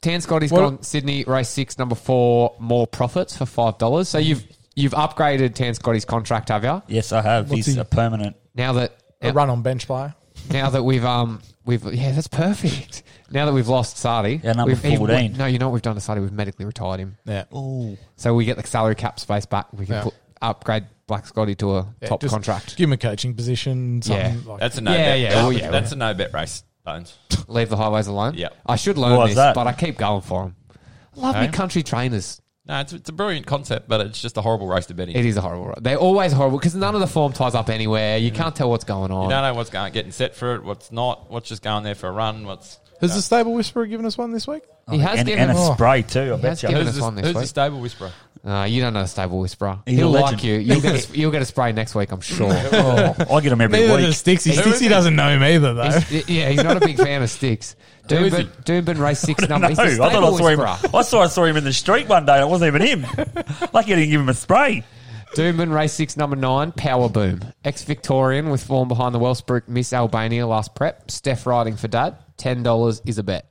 S4: Tan Scotty's
S2: What-
S4: gone Sydney race six, number four, more profits for five dollars. So you've you've upgraded Tan Scotty's contract, have you?
S1: Yes, I have.
S2: What's
S1: He's
S2: he-
S1: a permanent.
S4: Now that
S2: A run on bench player.
S4: now that we've um we've yeah that's perfect. Now that we've lost Sadi,
S1: Yeah, number
S4: we've, he-
S1: 14.
S4: no, you know what we've done to Sadi? We've medically retired him,
S2: Yeah.
S1: Oh,
S4: so we get the salary cap space back. We can
S2: Yeah.
S4: put, upgrade Black Scotty to a
S2: Yeah,
S4: top
S2: just
S4: contract.
S2: Give him a coaching position. Something
S4: Yeah.
S2: like
S3: That's a no
S4: Yeah,
S3: bet.
S4: yeah,
S3: that's
S4: oh, yeah,
S3: that's a no bet race, Bones.
S4: Leave the highways alone.
S3: Yeah.
S4: I should learn
S1: Why is
S4: this,
S1: that?
S4: but I keep going for him. I love me
S3: Hey.
S4: country trainers.
S3: No, it's, it's a brilliant concept, but it's just a horrible race to bet in.
S4: It is a horrible. They're always horrible because none of the form ties up anywhere. You can't tell what's going on.
S3: You don't know what's going getting set for it, what's not, what's just going there for a run, what's
S2: Has the stable whisperer given us one this week?
S4: He has
S1: and,
S4: given
S1: and a
S2: Oh.
S1: spray too. I bet
S4: has
S1: you.
S4: given-
S3: who's,
S4: us one
S3: the,
S4: this
S3: who's the
S4: week.
S3: stable whisperer?
S4: Uh, you don't know the stable whisperer.
S1: He's a
S4: He'll
S1: legend.
S4: like you. You'll get, a, you'll get a spray next week, I'm sure.
S1: Oh, I get him every
S2: Neither
S1: week.
S2: does Stixy.
S4: Who
S3: is
S2: Stixy
S3: it?
S2: doesn't know him either, though.
S4: He's- yeah, he's not a big fan
S1: [LAUGHS]
S4: of sticks.
S3: is
S4: Doombin, Doombin race six
S1: No,
S4: number.
S1: [LAUGHS] I
S4: He's
S1: thought
S4: a
S1: I
S4: stable
S1: saw him.
S4: whisperer.
S1: [LAUGHS] I saw I saw him in the street one day. and It wasn't even him. [LAUGHS] Lucky I didn't give him a spray.
S4: Doombin race six number nine. Power boom. Ex Victorian with form behind the Wellsbrook Miss Albania last prep. Steph riding for dad. Ten dollars is a bet.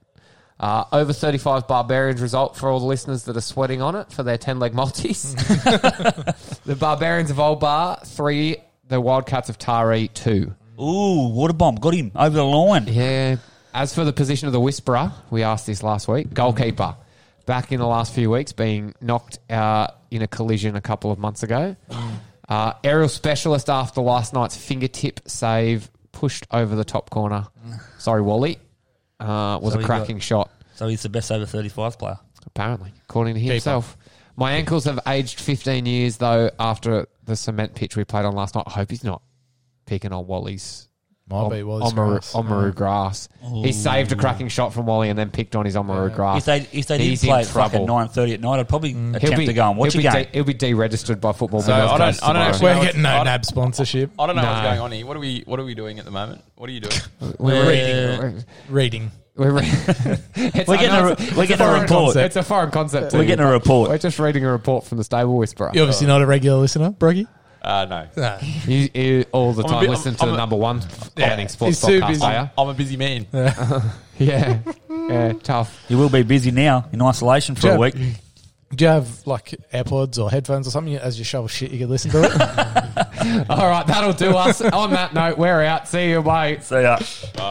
S4: Uh, over 35 Barbarians result for all the listeners that are sweating on it for their 10
S1: [LAUGHS]
S4: leg multis. [LAUGHS] the Barbarians of Old Bar, three. The Wildcats of Taree, two.
S1: Ooh, water bomb got him over the line.
S4: Yeah. As for the position of the whisperer, we asked this last week. Goalkeeper, back in the last few weeks, being knocked out in a collision a couple of months ago.
S1: Mm.
S4: Uh, aerial specialist after last night's fingertip save, pushed over the
S1: [SIGHS]
S4: top corner. Sorry, Wally. Uh, was
S1: So
S4: a
S1: he
S4: cracking shot,
S1: So he's the best over thirty five player.
S4: apparently, according to himself. My ankles have aged 15 years, though, after the cement pitch we played on last night. I hope he's not picking on Wally's
S2: Might be. Well, he's
S4: Omaru,
S2: grass.
S4: Omaru grass. He saved a cracking shot from Wally and then picked on his Omaru grass.
S1: If they if they
S4: He's
S1: did
S4: in
S1: play at fucking
S4: trouble.
S1: nine thirty at night, I'd probably
S4: He'll
S1: attempt
S4: be-
S1: to go and watch a
S4: he'll be
S1: game.
S4: de- he'll be deregistered by football.
S3: So,
S4: Men's
S3: I don't-
S4: Clubs
S3: I don't
S4: tomorrow.
S3: actually-
S2: We're getting no
S3: I-
S2: NAB sponsorship.
S3: I don't know what's
S4: No.
S3: going on here. What are we what are we doing at the moment? What are you doing?
S4: We're,
S1: We're-
S4: reading.
S2: Reading.
S4: We're, re- [LAUGHS] It's-
S1: We're
S4: I
S1: getting
S4: know
S1: a-
S4: it's-
S1: we're
S4: it's
S1: getting a
S4: foreign
S1: report.
S4: concept. It's a foreign concept. to
S1: We're
S4: you,
S1: getting a
S4: but
S1: report.
S4: We're just reading a report from the stable whisperer.
S2: You're obviously not a regular listener, Broggy.
S3: Uh, no.
S2: Nah.
S4: You, you all the
S3: I'm a
S4: time
S3: bit-
S4: listen to
S3: I'm- I'm
S4: the
S3: a-
S4: number one winning sports
S2: he's too
S4: podcast
S2: busy.
S4: player.
S3: I'm a busy man. [LAUGHS]
S4: Yeah, yeah, tough.
S1: You will be busy now in isolation for
S2: Yeah.
S1: a week.
S2: Do you have like AirPods or headphones or something? As you shovel shit, you can listen to it.
S3: [LAUGHS]
S4: All right, that'll do us. On that note, we're out. See you, mate.
S1: So yeah.